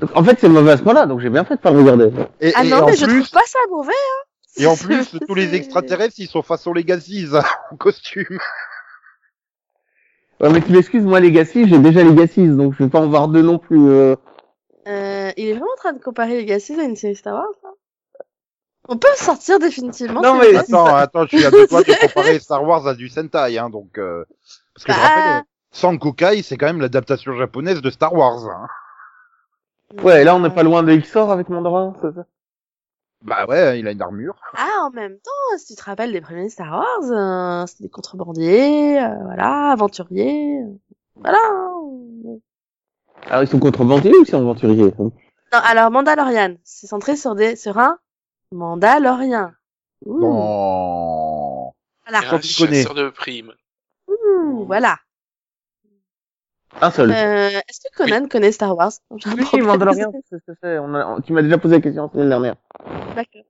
D: Donc, en fait, c'est mauvais à ce point-là, donc j'ai bien fait de pas le regarder.
B: Et,
C: Ah
B: et
C: non,
B: en
C: mais je
B: plus,
C: trouve pas ça mauvais, hein.
B: et en plus, tous les
C: C'est-
B: extraterrestres, ils sont façon les gazis, hein, en costume.
D: Ouais, mais tu m'excuses, moi, Legacy, j'ai déjà Legacy, donc je vais pas en voir deux non plus. Euh...
C: Euh, il est vraiment en train de comparer Legacy à une série Star Wars, là. On peut sortir définitivement. s'il
D: Non, mais-
C: vous plaît
B: Attends, attends, je suis à deux doigts de comparer Star Wars à du Sentai, hein, donc, euh, parce que je
C: Bah.
B: rappelle, Sankokai, c'est quand même l'adaptation japonaise de Star Wars, hein.
D: Ouais, là, on n'est pas loin de XOR avec Mandora, c'est ça
B: Bah ouais, il a une armure.
C: Ah, en même temps, si tu te rappelles des premiers Star Wars, euh, c'est des contrebandiers, euh, voilà, aventuriers, euh, voilà. Non,
B: Ah,
G: Alors, ils sont contrebandiers ou ils sont aventuriers
C: alors Mandalorian, c'est centré sur des sur un Mandalorien. Ouh,
B: Bon.
E: Et
C: Voilà.
E: un
B: Quand tu connais.
E: chasseur de primes.
C: Ouh, voilà.
G: Un seul.
C: Euh, Est-ce que Conan connaît Star Wars J'ai un
D: Oui,
C: problème.
D: Mandalorian, c'est ce que c'est. On a- on-
G: Tu m'as déjà posé la question la semaine dernière.
C: D'accord.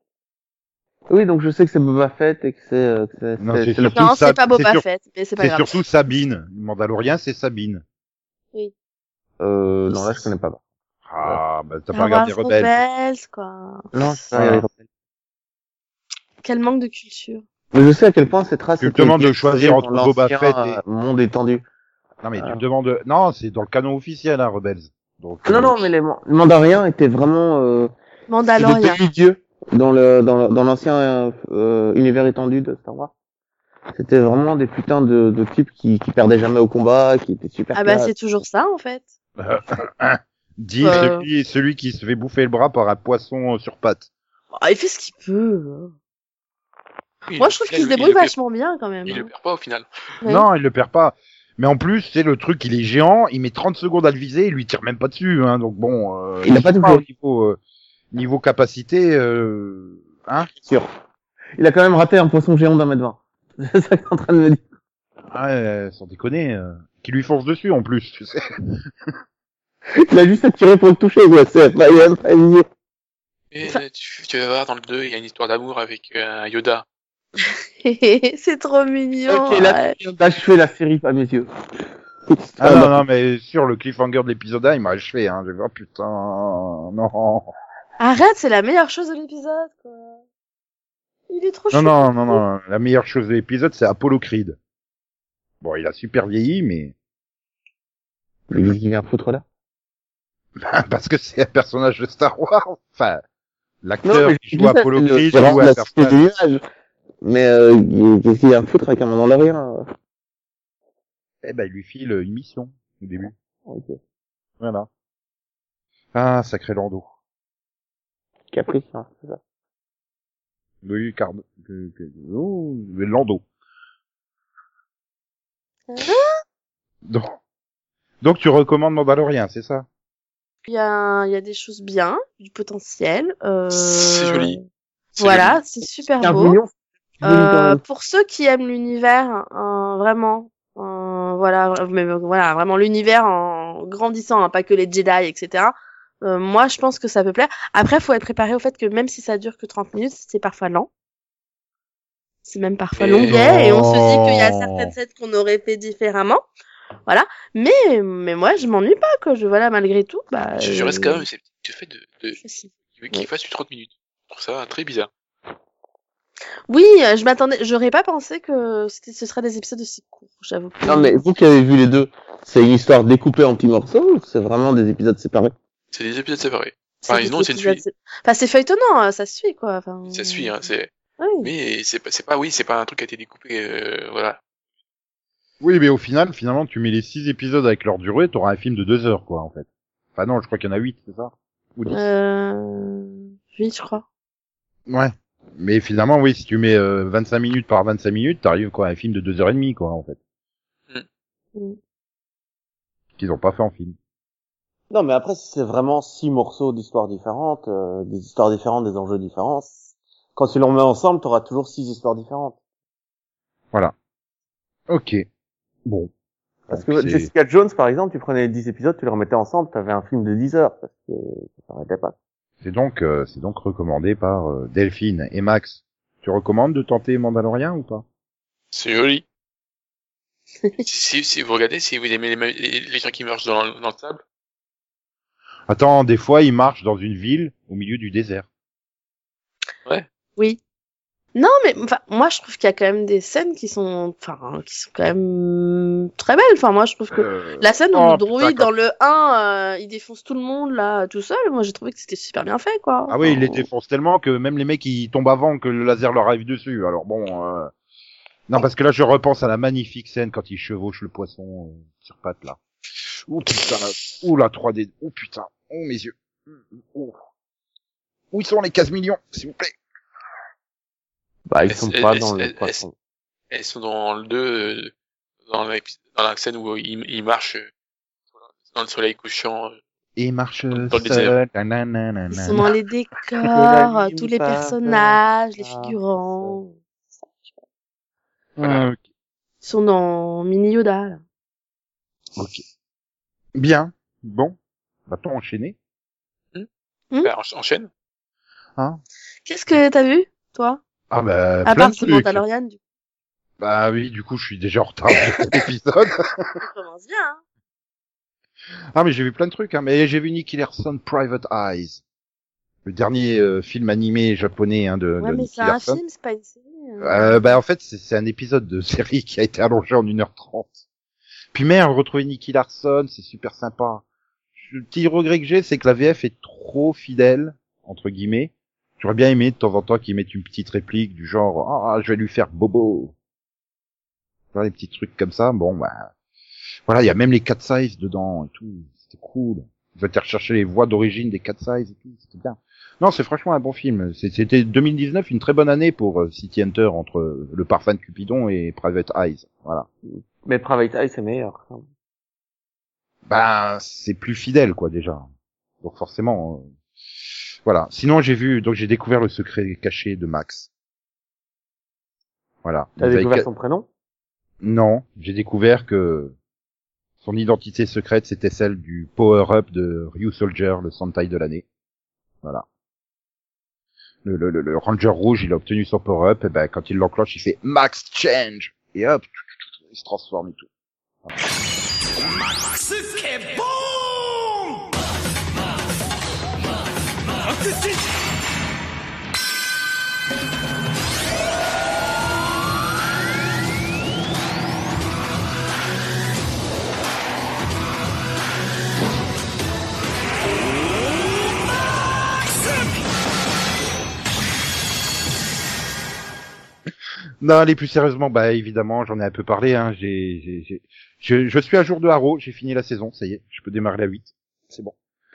D: Oui, donc je sais que c'est Boba Fett et que c'est, euh, que c'est,
B: Non,
D: c'est-
B: c'est
D: c'est la-
B: sûr.
C: Non,
B: ça-
C: c'est pas Boba
B: c'est sur-
C: Fett, mais c'est pas
B: C'est
C: grave.
B: surtout Sabine. Le Mandalorien, c'est Sabine.
D: euh, non, là, je connais pas.
B: Ah, bah t'as
C: Star
B: pas regardé
C: Wars
B: Rebelle.
C: Rebels, quoi.
D: Non,
G: pas regardé
C: Quel manque de culture.
D: Mais je sais à quel point cette race
B: Tu me
D: était
B: demandes de
D: bien
B: choisir
D: dans
B: entre Boba
D: l'ancien,
B: Fett et-
D: euh, monde étendu.
B: Non mais tu
D: Ah.
B: me demandes. Non, c'est dans le canon officiel, hein, Rebels. Donc. euh,
D: Non, non, mais les Man- Mandariens étaient vraiment, euh,
C: Mandalorian.
D: C'était dieu dans le dans, le- dans l'ancien euh, euh, univers étendu de Star Wars. C'était vraiment des putains de, de types qui, qui perdaient jamais au combat, qui étaient super.
C: Ah bah
D: classe.
C: c'est toujours ça en fait.
B: Dis
C: Euh.
B: celui, celui qui se fait bouffer le bras par un poisson euh, sur pattes.
C: Ah, il fait ce qu'il peut. hein.
E: Oui,
C: Moi
E: au
C: je trouve qu'il
E: final,
C: se
E: il- il
C: débrouille
E: le perd-
C: vachement bien quand même.
E: Il le
C: hein.
E: perd pas au final.
C: Ouais.
B: Non, il le perd pas. Mais en plus, c'est le truc, il est géant, il met 30 secondes à le viser, il lui tire même pas dessus, hein, donc bon. euh,
D: Il a pas
B: je sais
D: de
B: au
D: bouclier.
B: niveau, euh, niveau capacité, euh, hein.
D: sûr. Il a quand même raté un poisson géant d'un mètre vingt. C'est ça que t'es en train de me dire.
B: Ah, euh, sans déconner, euh, qui lui fonce dessus en plus, tu sais.
D: Il a juste attiré pour le toucher, quoi. C'est pas, il a même pas aligné.
E: Mais euh, tu, tu vas voir dans le 2, il y a une histoire d'amour avec euh, un Yoda.
C: c'est trop mignon.
D: Ok, là,
C: ouais.
D: tu viens d'achever la série à mes yeux.
B: Ah
D: bah.
B: non, non, mais sur le cliffhanger de l'épisode 1, il m'a achevé, hein. Je vais oh, putain, non.
C: Arrête, c'est la meilleure chose de l'épisode quoi. Il est trop
B: Non,
C: chou.
B: non, non, non. La meilleure chose de l'épisode, c'est Apollo Creed. Bon, il a super vieilli, mais
D: Mais qu'est-ce qu'il vient foutre là
B: parce que c'est un personnage de Star Wars. Enfin,
D: Non,
B: l'acteur
D: mais
B: qui joue Apollo Creed
D: c'est
B: joue
D: vraiment
B: un
D: la cité du
B: personnage.
D: nuage. Mais euh, il- qu'est-ce qu'il vient foutre avec un Mandalorien euh
B: Eh ben, il lui file une mission au début.
D: Ok.
B: Voilà. Ah, sacré Lando.
D: Caprice, hein, c'est ça.
B: Oui, car que- que- oh, mais Lando.
C: Hein
B: Donc, donc tu recommandes Mandalorian, c'est ça
C: Il y a, il y a des choses bien, du potentiel. Euh...
E: C'est joli. C'est
C: Voilà, c'est super
D: Un
C: beau.
D: bouillon, c'est joli quand
C: Euh,
D: même.
C: pour ceux qui aiment l'univers, euh, vraiment, euh, voilà, mais, euh, voilà, vraiment l'univers en grandissant, hein, pas que les Jedi, etc. Euh, moi, je pense que ça peut plaire. Après, faut être préparé au fait que même si ça dure que 30 minutes, c'est parfois lent. C'est même parfois
E: Et-
C: longuet, et on se dit qu'il y a
B: Oh.
C: certaines scènes qu'on aurait fait différemment. Voilà. Mais, mais moi, je m'ennuie pas, quoi. Je, voilà, malgré tout, bah.
E: Je, je reste
C: euh,
E: quand même sceptique du fait de, de,
C: je suis-
E: qu'il fasse du 30 minutes. Je trouve ça très bizarre.
C: Oui, euh, je m'attendais, j'aurais pas pensé que c'était- ce serait des épisodes aussi courts, j'avoue.
D: Non mais vous qui avez vu les deux, c'est une histoire découpée en petits morceaux ou c'est vraiment des épisodes séparés
E: C'est des épisodes séparés.
C: C'est
E: Enfin,
C: des
E: non, c'est une
C: épisodes-
E: suite.
C: Enfin, c'est feuilletonnant, euh, ça se suit, quoi. Enfin,
E: Ça suit, hein, c'est.
C: oui.
E: Mais c'est pas, c'est pas, oui, c'est pas un truc qui a été découpé, euh, voilà.
B: Oui, mais au final, finalement, tu mets les six épisodes avec leur durée, t'auras un film de deux heures, quoi, en fait. Enfin non, je crois qu'il y en a huit, c'est ça Ou dix.
C: Euh... Oui, je crois.
B: Ouais. Mais finalement, oui, si tu mets euh, 25 minutes par 25 minutes, t'arrives quoi à un film de deux heures et demie, quoi, en fait.
C: Mm.
B: Qu'ils ont pas fait en film.
D: Non mais après si c'est vraiment six morceaux d'histoires différentes, euh, des histoires différentes, des enjeux différents, c- quand tu les remets ensemble, t'auras toujours six histoires différentes.
B: Ok. Bon.
D: Parce
B: Donc,
D: que
B: c'est-
D: Jessica Jones par exemple, tu prenais les dix épisodes, tu les remettais ensemble, t'avais un film de 10 heures parce que ça s'arrêtait pas.
B: C'est donc, euh, c'est donc recommandé par euh, Delphine et Max. Tu recommandes de tenter Mandalorian ou pas
E: C'est joli. si, si, si vous regardez, si vous aimez les, ma- les, les gens qui marchent dans, dans le sable,
B: Attends, des fois, ils marchent dans une ville au milieu du désert.
C: Oui. Non, mais enfin, moi, je trouve qu'il y a quand même des scènes qui sont, enfin, qui sont quand même très belles. Enfin, moi, je trouve
E: Euh,
C: que la scène où
B: oh,
C: le droïde
B: putain,
C: dans le 1, euh, il défonce tout le monde là, tout seul. Moi, j'ai trouvé que c'était super bien fait, quoi.
B: Ah oui, il les
C: Enfin,
B: défonce tellement que même les mecs ils tombent avant que le laser leur arrive dessus. Alors bon, euh... non parce que là je repense à la magnifique scène quand ils chevauchent le poisson euh, sur pattes là. Oh putain, oh la 3D, oh putain, oh mes yeux. Oh. Où sont les 15 millions, s'il vous plaît
G: Bah, ils
E: Est-ce-
G: sont pas
E: est-ce-
G: dans le
E: est-ce-
G: poisson.
E: Elles sont dans le 2, dans, l'épis- dans la scène où il, il marche euh, dans le soleil couchant. euh,
B: Et marche
E: Dans le
B: seul.
E: désert.
B: nanana. Ah,
C: Ils sont dans les
D: la
C: décors,
D: vie
C: tous
D: ou
C: les
D: pas,
C: personnages, les
D: ça,
C: figurants.
B: Ah, ok.
C: Ils sont dans Mini Yoda. Là.
B: Ok. Bien. Bon. Va-t-on enchaîner
C: Hmm
E: bah, encha- enchaîne.
C: Qu'est-ce que t'as vu, toi
B: Ah bah,
C: À
B: plein
C: part
B: de
C: The
B: trucs.
C: Mandalorian, du coup,
B: Bah oui, du coup, je suis déjà en retard de cet épisode.
C: on commence bien. Hein
B: Ah mais j'ai vu plein de trucs, hein. mais j'ai vu Nicky Larson Private Eyes. Le dernier euh, film animé japonais hein, de,
C: ouais,
B: de
C: mais
B: Nicky
C: c'est un
B: Larson.
C: film, c'est pas une série. hein.
B: Euh, bah en fait, c'est- c'est un épisode de série qui a été allongé en 1h30. Puis merde, retrouver Nicky Larson, c'est super sympa. Le petit regret que j'ai, c'est que la VF est trop fidèle, entre guillemets. J'aurais bien aimé de temps en temps qu'ils mettent une petite réplique du genre « Ah, je vais lui faire bobo !» Genre des petits trucs comme ça, bon bah... Voilà, il y a même les cat size dedans et tout, c'était cool. Ils ont été rechercher les voix d'origine des cat size et tout, c'était bien. Non, c'est franchement un bon film. C'est- C'était 2019, une très bonne année pour euh, City Hunter entre euh, Le Parfum de Cupidon et Private Eyes. Voilà.
D: Mais Private Eye, c'est meilleur.
B: Ben, c'est plus fidèle, quoi, déjà. Donc forcément, euh, voilà. Sinon, j'ai vu, donc j'ai découvert le secret caché de Max. Voilà.
D: T'as
B: Vous avez
D: découvert
B: ca-
D: son prénom
B: Non, j'ai découvert que son identité secrète, c'était celle du power-up de Ryu Soldier, le Sentai de l'année. Voilà. Le, le- le- le Ranger rouge, il a obtenu son power-up, et ben, quand il l'enclenche, il fait Max Change! Et hop, il se transforme et tout. Non, allez, plus sérieusement, bah évidemment, j'en ai un peu parlé. Hein, j'ai, j'ai, j'ai- je, je suis à jour de Haro, j'ai fini la saison, ça y est, je peux démarrer la 8. C'est bon.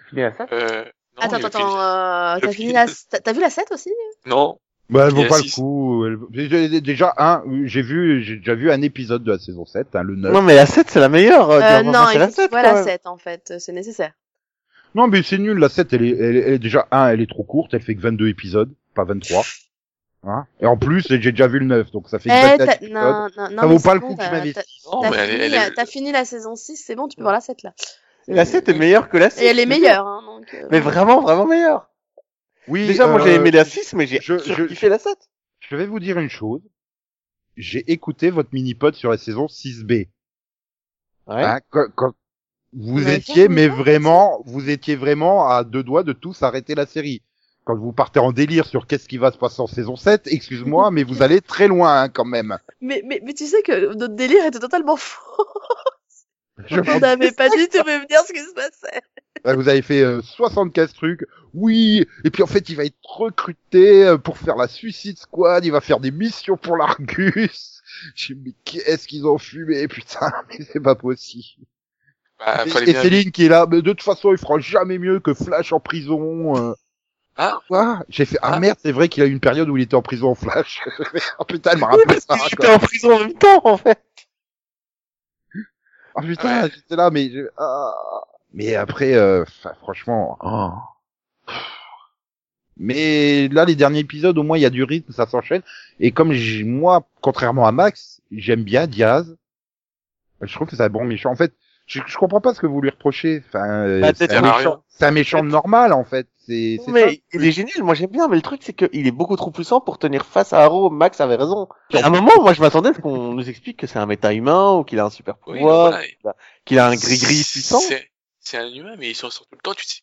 D: Tu viens à ça
E: Euh, non,
C: attends,
E: il
C: attends,
E: a
C: attends. euh,
E: fait- le
C: T'as
E: film.
C: fini la... t'as- T'as vu la 7 aussi Euh,
E: Non,
B: Bah, elle
E: Il y
B: vaut
E: a
B: pas le
E: six.
B: coup. elle- Déjà- Déjà, un, j'ai vu, j'ai déjà vu un épisode de la saison 7, hein, le 9.
G: Non, mais la 7, c'est la meilleure. euh,
C: euh,
G: du-
C: Non,
G: c'est
C: il
G: la
C: faut que tu
G: 7,
C: vois
G: quand
C: la
G: même.
C: 7, en fait. euh, C'est nécessaire.
B: Non, mais c'est nul, la 7, elle est, elle, est- elle est déjà, un, elle est trop courte, elle fait que 22 épisodes, pas 23. Hein et en plus, j'ai déjà vu le 9, donc ça fait
C: Eh,
B: que
C: t'as-
B: 24 épisodes.
C: non, non, non.
B: Ça
C: mais
B: vaut
C: c'est
B: pas le
C: bon,
B: coup que
C: t'as-
B: je m'investisse.
E: non,
C: T'as
E: mais elle, est-
C: fini,
E: elle
C: la-
E: est-
C: t'as fini la saison 6, c'est bon, tu peux voir la 7 là. Euh,
G: La 7 est meilleure que la 6.
C: Et elle est meilleure, hein, donc. euh,
G: Mais vraiment, vraiment meilleure.
B: Oui,
G: Déjà, moi,
B: euh,
G: j'ai aimé la 6, mais j'ai
B: je- je-
G: surkiffé la 7.
B: Je vais vous dire une chose. J'ai écouté votre mini-pod sur la saison 6B.
G: Ouais.
B: Hein, quand, quand vous
C: Ouais,
B: étiez,
C: ça,
B: mais
C: ça, ça.
B: vraiment, vous étiez vraiment à deux doigts de tous arrêter la série. Quand vous partez en délire sur qu'est-ce qui va se passer en saison 7, excuse-moi, mais vous allez très loin hein, quand même.
C: Mais, mais, mais tu sais que notre délire était totalement faux.
B: Je
C: On n'avait pas du tout me dire ce qui se passait.
B: Bah, vous avez fait euh, 75 trucs. Oui, et puis en fait, il va être recruté euh, pour faire la Suicide Squad, il va faire des missions pour l'Argus. J'ai dit, mais qu'est-ce qu'ils ont fumé, putain, mais c'est pas possible.
E: bah,
B: Et-
E: fallait
B: et
E: bien-
B: Céline qui est là, mais de toute façon, il fera jamais mieux que Flash en prison. euh.
E: Ah.
B: Quoi J'ai fait, ah,
E: Ah.
B: merde, c'est vrai qu'il a eu une période où il était en prison en Flash. Ah putain, elle me rappelle ça. quoi.
G: J'étais en prison en même temps, en fait.
B: Ah putain, j'étais là, mais... je- ah. Mais après, euh, enfin, franchement... oh. Mais là, les derniers épisodes, au moins, il y a du rythme, ça s'enchaîne. Et comme j'ai- moi, contrairement à Max, j'aime bien Diaz, je trouve que c'est un bon méchant. En fait, je, je comprends pas ce que vous lui reprochez. Enfin, euh,
G: Bah,
B: c'est
G: t'es
B: un
E: rien.
B: méchant, c'est un méchant normal, en fait. C'est c'est ça.
G: Mais il est génial, moi j'aime bien, mais le truc c'est qu'il est beaucoup trop puissant pour tenir face à Arrow, Max avait raison. À un moment, moi je m'attendais à ce qu'on nous explique que c'est un méta-humain, ou qu'il a un super
E: Oui,
G: pouvoir,
E: voilà, et-
G: qu'il a un gris-gris puissant.
E: C'est c'est un humain, mais ils sont sortis tout le temps. Tu sais,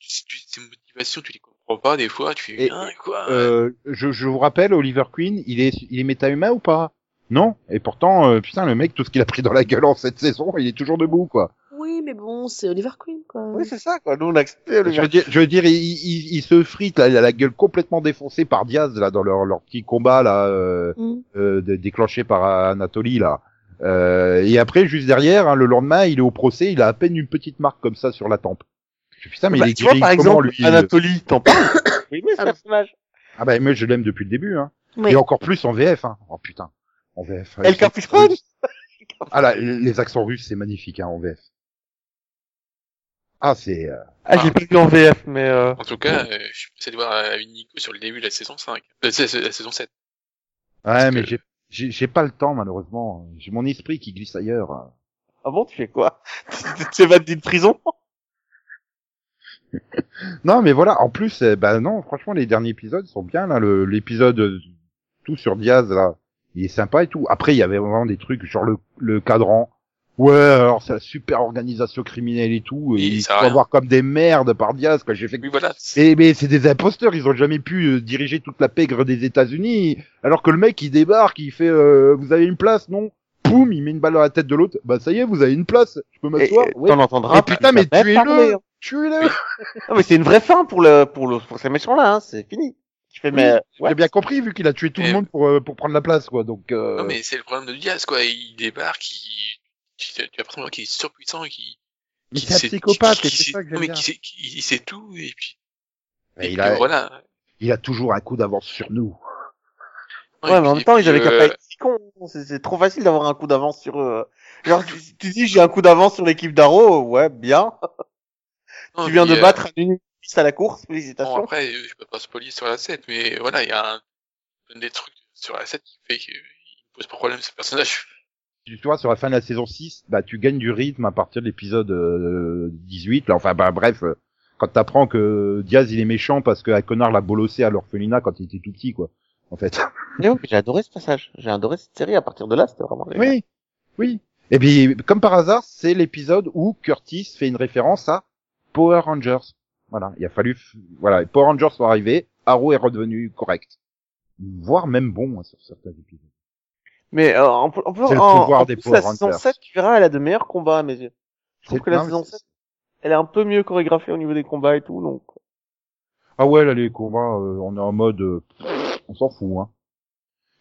E: tu, sais- tu, ses motivations, tu les comprends pas des fois. Tu fais
B: Et-
E: hein, quoi
B: Euh, je, je vous rappelle, Oliver Queen, il est, il est méta-humain ou pas Non. Et pourtant, euh, putain, le mec, tout ce qu'il a pris dans la gueule en cette saison, il est toujours debout, quoi.
C: Oui, mais bon, c'est Oliver Queen, quoi.
G: Oui, c'est ça, quoi. Nous, on a accepté le
B: Je veux dire, je veux dire il, il- il se frite, là, il a la gueule complètement défoncée par Diaz là dans leur, leur petit combat là euh,
C: Mm.
B: euh, dé- déclenché par Anatoly là. Euh, et après, juste derrière, hein, le lendemain, il est au procès, il a à peine une petite marque comme ça sur la tempe. Je dis, Putain, mais
G: Bah,
B: il est
G: tu vois,
B: guéri
G: par
B: comment,
G: exemple,
B: lui euh?
G: Anatoly, t'en parles.
D: beaucoup aimé ce
C: Ah.
D: personnage.
B: Ah bah mais je l'aime depuis le début hein.
C: Oui.
B: Et encore plus en VF hein. Oh putain. En VF.
D: El Capitron
B: Ah là, les accents russes c'est magnifique hein en VF. Ah c'est euh,
D: Ah, je l'ai pas vu en VF, mais euh...
E: En tout cas, euh, je suis passé de voir euh, une Nico sur le début de la saison 5. Euh, c'est- c'est la saison 7.
B: ouais mais
E: que-
B: j'ai j'ai j'ai pas le temps malheureusement. J'ai mon esprit qui glisse ailleurs.
D: Ah bon, tu fais quoi Tu t'évades d'une prison
B: Non mais voilà. En plus euh, bah non franchement les derniers épisodes sont bien là. Le- L'épisode euh, tout sur Diaz là il est sympa et tout. Après il y avait vraiment des trucs genre le le cadran. Ouais, alors c'est la super organisation criminelle et tout. Et
E: Il
B: ils
E: sert à
B: faut
E: rien.
B: avoir comme des merdes par Diaz quoi. J'ai fait
E: Oui, voilà. c'est-
B: Et Eh, mais c'est des imposteurs, ils ont jamais pu euh, diriger toute la pègre des États-Unis, alors que le mec il débarque, il fait euh, vous avez une place, non Poum, il met une balle dans la tête de l'autre. Bah ça y est, vous avez une place, je peux
D: Et-
B: m'asseoir.
D: et
B: Ouais.
D: T'en entendras.
B: Mais putain, mais
D: il va
B: tuez-le.
D: même parler, hein.
B: Tuez-le.
D: Non, mais c'est une vraie fin pour le pour le pour ces méchants là, hein. c'est fini. Tu fais mais euh, ouais.
B: J'ai bien compris vu qu'il a tué tout
E: Et-
B: le monde pour euh, pour prendre la place quoi. Donc euh,
E: Non, mais c'est le problème de Diaz, quoi. Il débarque, il... Tu tu as l'impression qu'il est surpuissant, qu'il...
B: mais
E: qu'il
B: c'est un
E: sait-
B: psychopathe,
E: qu'il-
B: et
E: qu'il
B: c'est
E: sait-
B: ça que
E: non,
B: j'aime
E: mais
B: bien.
E: qu'il sait- qu'il- il sait tout, et puis...
B: Mais
E: et
B: bah, il
E: puis
B: a
E: Voilà.
B: il a toujours un coup d'avance sur nous.
E: Et
D: ouais, mais en
E: puis-
D: même temps,
E: et
D: ils avaient
E: puis,
D: qu'à
E: euh,
D: pas être si cons. hein. C'est c'est trop facile d'avoir un coup d'avance sur eux. Genre tu, tu dis j'ai un coup d'avance sur l'équipe d'Arrow, ouais, bien.
B: Oh,
E: non,
D: tu viens
E: puis,
D: de
E: euh,
D: battre un unité à la course,
E: Bon,
D: félicitations.
E: après, euh, je peux pas spoiler sur la 7, mais voilà, il y a un... un des trucs sur la 7 qui fait qu'il pose pas problème, ce personnage.
B: Tu vois, sur la fin de la saison 6, bah, tu gagnes du rythme à partir de l'épisode euh, 18. Là, enfin, bah, bref, euh, quand t'apprends que Diaz, il est méchant parce qu'un connard l'a bolossé à l'orphelinat quand il était tout petit, quoi. En fait.
D: Mais oui, J'ai adoré ce passage. J'ai adoré cette série à partir de là, c'était vraiment. génial.
B: Oui. Oui. Et puis, comme par hasard, c'est l'épisode où Curtis fait une référence à Power Rangers. Voilà. Il a fallu, f- voilà. les Power Rangers sont arrivés. Arrow est redevenu correct. Voire même bon, hein, sur certains épisodes.
D: Mais euh, en, en, en,
B: C'est le
D: en,
B: pouvoir
D: en
B: des
D: plus,
B: Power
D: la saison
B: Rangers.
D: 7, tu verras, elle a de meilleurs combats à mes yeux. Je trouve
B: C'est-
D: que la
B: non, mais
D: saison
B: c'est-
D: 7, elle est un peu mieux chorégraphiée au niveau des combats et tout, donc.
B: Ah ouais, là, les combats, euh, on est en mode, euh, on s'en fout, hein.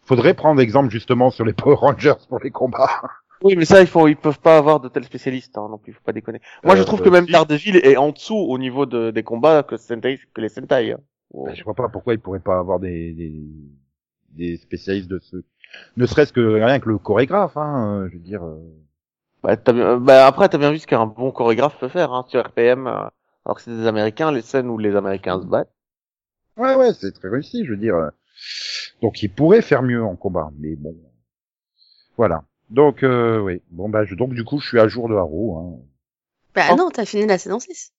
B: Faudrait prendre exemple, justement, sur les Power Rangers pour les combats.
D: Oui, mais ça, ils, font, ils peuvent pas avoir de tels spécialistes, hein, non plus, faut pas déconner. Moi,
B: Euh,
D: je trouve
B: euh,
D: que même
B: si.
D: Daredevil est en dessous au niveau de, des combats que, Sentai, que les Sentai. hein. Oh.
B: Bah, Je vois pas pourquoi ils pourraient pas avoir des, des, des spécialistes de ce, ne serait-ce que rien que le chorégraphe, hein, euh, je veux dire. euh.
D: Bah, t'as bien- bah, après, t'as bien vu ce qu'un bon chorégraphe peut faire hein, sur RPM. euh, alors que c'est des Américains, les scènes où les Américains se battent.
B: Ouais, ouais, c'est très réussi, je veux dire. euh. Donc, ils pourraient faire mieux en combat, mais bon. Voilà. Donc, euh, oui. Bon, bah, je, donc, du coup, je suis à jour de Haro, hein.
C: Bah
D: Oh.
C: non, t'as fini la saison 6.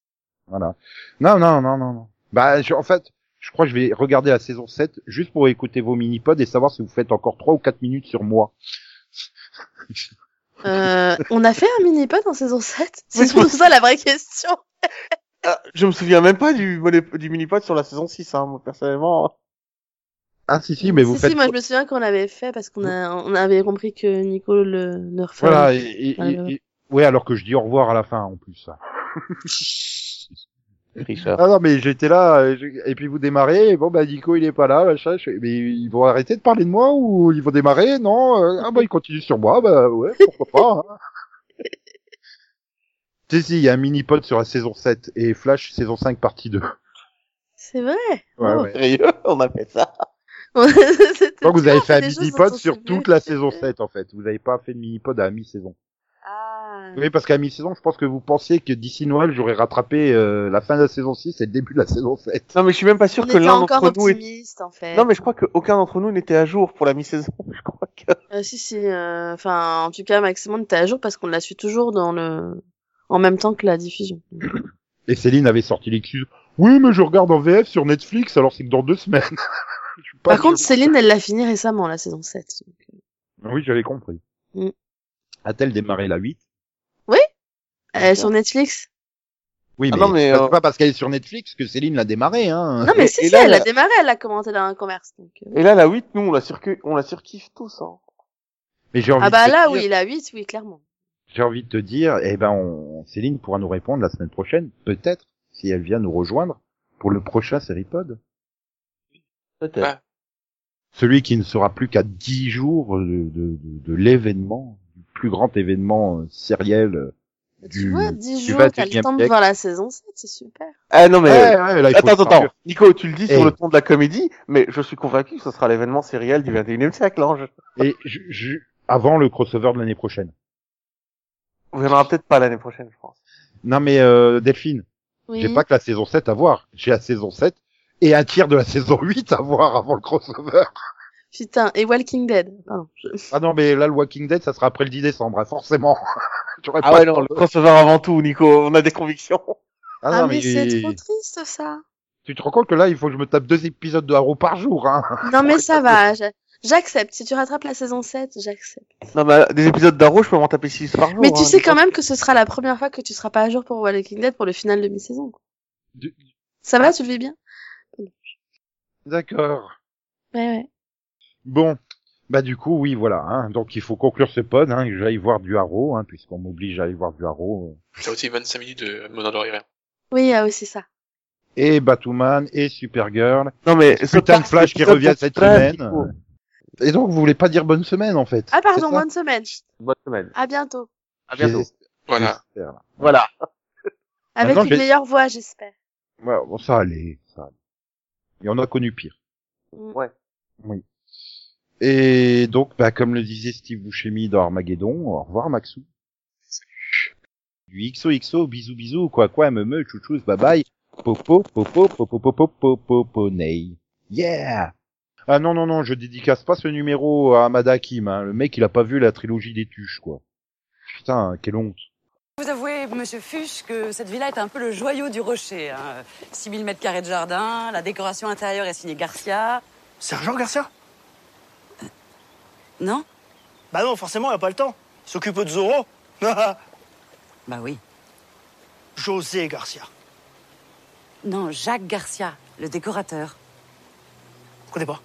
B: Voilà. Non, non, non, non, non. Bah, je- en fait, je crois que je vais regarder la saison 7 juste pour écouter vos mini-pods et savoir si vous faites encore 3 ou 4 minutes sur moi.
C: Euh, on a fait un mini-pod en saison 7 C'est
D: Oui.
C: surtout ça la vraie question.
D: Ah, je me souviens même pas du, mono- du mini-pod sur la saison 6, hein, moi, personnellement.
B: Ah, si, si, mais vous
C: si,
B: faites...
C: si, moi je me souviens qu'on l'avait fait parce qu'on a, on avait compris que Nico le, le referait.
B: Voilà, et, et-
C: Ah,
B: et-
C: ouais.
B: et- Ouais, alors que je dis au revoir à la fin, en plus.
D: Richard.
B: Ah non, mais j'étais là, euh, je- et puis vous démarrez, et bon, bah, Nico, il est pas là, machin, je fais, mais ils vont arrêter de parler de moi, ou ils vont démarrer, non, euh, ah bah, ils continuent sur moi, bah, ouais, pourquoi pas, hein. Si, si, il y a un mini-pod sur la saison 7, et Flash, saison 5, partie 2.
C: C'est vrai.
B: Ouais,
C: Oh.
B: ouais.
D: Sérieux, on a fait ça.
C: C'était
B: Donc vous
C: bien,
B: avez
C: on
B: fait un
C: des choses
B: mini-pod
C: dont on
B: sur
C: s'est
B: toute
C: vu.
B: la saison 7 en fait. Vous n'avez pas fait de mini-pod à mi-saison.
C: Ah.
B: Oui, parce qu'à mi-saison, je pense que vous pensiez que d'ici Noël, j'aurais rattrapé euh, la fin de la saison 6 et le début de la saison 7.
D: Non, mais je suis même pas sûr
C: On
D: que
C: était
D: l'un
C: encore
D: d'entre nous est...
C: optimiste en fait.
D: Non, mais je crois qu'aucun d'entre nous n'était à jour pour la mi-saison. Je crois que...
C: Euh, si si. euh, Enfin, en tout cas, Maximum était à jour parce qu'on la suit toujours dans le, en même temps que la diffusion.
B: Et Céline avait sorti l'excuse. Oui, mais je regarde en VF sur Netflix, alors c'est que dans deux semaines. Je suis pas
C: Par contre,
B: sûr.
C: Céline, elle l'a fini récemment la saison 7.
B: Oui, j'avais compris.
C: Mm.
B: A-t-elle démarré la 8
C: Euh, sur Netflix.
B: Oui,
D: Ah
B: mais,
D: non, mais,
B: c'est
D: euh,
B: pas parce qu'elle est sur Netflix que Céline l'a démarré. Hein.
C: Non mais
D: Et-
C: si
D: et
C: si,
D: là,
C: elle a
D: la-
C: démarré, elle a commenté dans un commerce. Donc... euh.
D: Et là, la 8, nous, on la, surcu- on la surkiffe tous. Hein.
B: Mais j'ai envie
C: Ah bah
B: de te
C: là
B: dire-
C: oui, la 8 oui clairement.
B: j'ai envie de te dire, eh ben, on, Céline pourra nous répondre la semaine prochaine, peut-être, si elle vient nous rejoindre pour le prochain Seripod. Bah,
D: Peut-être.
E: Ah.
B: Celui qui ne sera plus qu'à 10 jours de, de, de, de l'événement, du plus grand événement euh, sériel euh, du,
C: tu vois, 10
B: du
C: jours, t'as le
B: 21e
C: temps de
B: siècle.
C: voir la saison 7, c'est super.
D: Ah non mais
B: Ouais, ouais, là, il faut
D: attends
B: le
D: attends
B: faire.
D: attends. Nico, tu le dis
B: Eh.
D: sur le ton de la comédie, mais je suis convaincu que ce sera l'événement sériel du 21e siècle. Hein. Je-
B: Et je, je- avant le crossover de l'année prochaine.
D: On verra peut-être pas l'année prochaine, je pense.
B: Non mais euh, Delphine,
C: Oui.
B: j'ai pas que la saison 7 à voir. J'ai la saison 7 et un tiers de la saison 8 à voir avant le crossover.
C: Putain, et Walking Dead. Pardon, je-
B: Ah non mais là le Walking Dead ça sera après le 10 décembre, hein, forcément. J'aurais
D: Ah
B: pas
D: ouais
B: le
D: non,
B: temps
D: le
B: de-
D: crossover avant tout, Nico. On a des convictions.
B: Ah
C: Ah,
B: non,
C: mais,
B: mais,
C: c'est trop triste ça.
B: tu te rends compte que là il faut que je me tape deux épisodes de Arrow par jour hein.
C: Non mais ça va, j'a- j'accepte. Si tu rattrapes la saison 7, j'accepte.
D: Non mais des épisodes d'Arrow, je peux m'en taper 6
B: Oh,
D: par jour.
C: Mais tu
D: hein,
C: sais
D: Nico.
C: quand même que ce sera la première fois que tu seras pas à jour pour Walking Dead pour le final de mi-saison. quoi.
B: Du-
C: Ça va, tu le vis bien
B: D'accord.
C: Ouais, ouais.
B: Bon, bah du coup, oui, voilà. Hein. Donc il faut conclure ce pod, hein, que j'aille voir du haro, hein, puisqu'on m'oblige à aller voir du haro.
E: T'as aussi 25 minutes de Monador
C: Oui, il y a aussi ça.
B: Et Batwoman, et Supergirl,
D: Non mais ce
B: putain de
D: Clark,
B: Flash
D: c'est
B: qui
D: pas
B: revient
D: pour
B: cette semaine.
D: Flash, Nico.
B: Et donc vous voulez pas dire bonne semaine en fait
C: Ah pardon,
B: c'est ça
C: bonne semaine.
D: Bonne semaine.
C: À bientôt.
D: À bientôt.
B: J'espère,
E: Voilà.
B: j'espère, là.
D: Voilà.
C: Avec
B: Maintenant,
C: une
B: j'ai-
C: meilleure voix, j'espère.
B: Ouais, bon, ça allait, ça allait. Et on a connu pire.
C: Mm.
D: Ouais.
B: Oui. Et donc, bah, comme le disait Steve Buscemi dans Armageddon, au revoir Maxou. Du XOXO, bisous bisous, quoi quoi, me me, chouchous, bye bye, popo, popo, popo, popo, popo, poney. Yeah! Ah non, non, non, je dédicace pas ce numéro à Amada Kim, hein. Le mec, il a pas vu la trilogie des tuches, quoi. Putain, quelle honte.
F: Vous avouez, monsieur Fuchs, que cette villa est un peu le joyau du rocher. Hein. 6000 mètres carrés de jardin, la décoration intérieure est signée Garcia.
H: Sergent Garcia
F: Non
H: Bah non, forcément, il a pas le temps. Il S'occupe de Zorro.
F: Bah oui.
H: José Garcia.
F: Non, Jacques Garcia, le décorateur.
H: Je connais pas.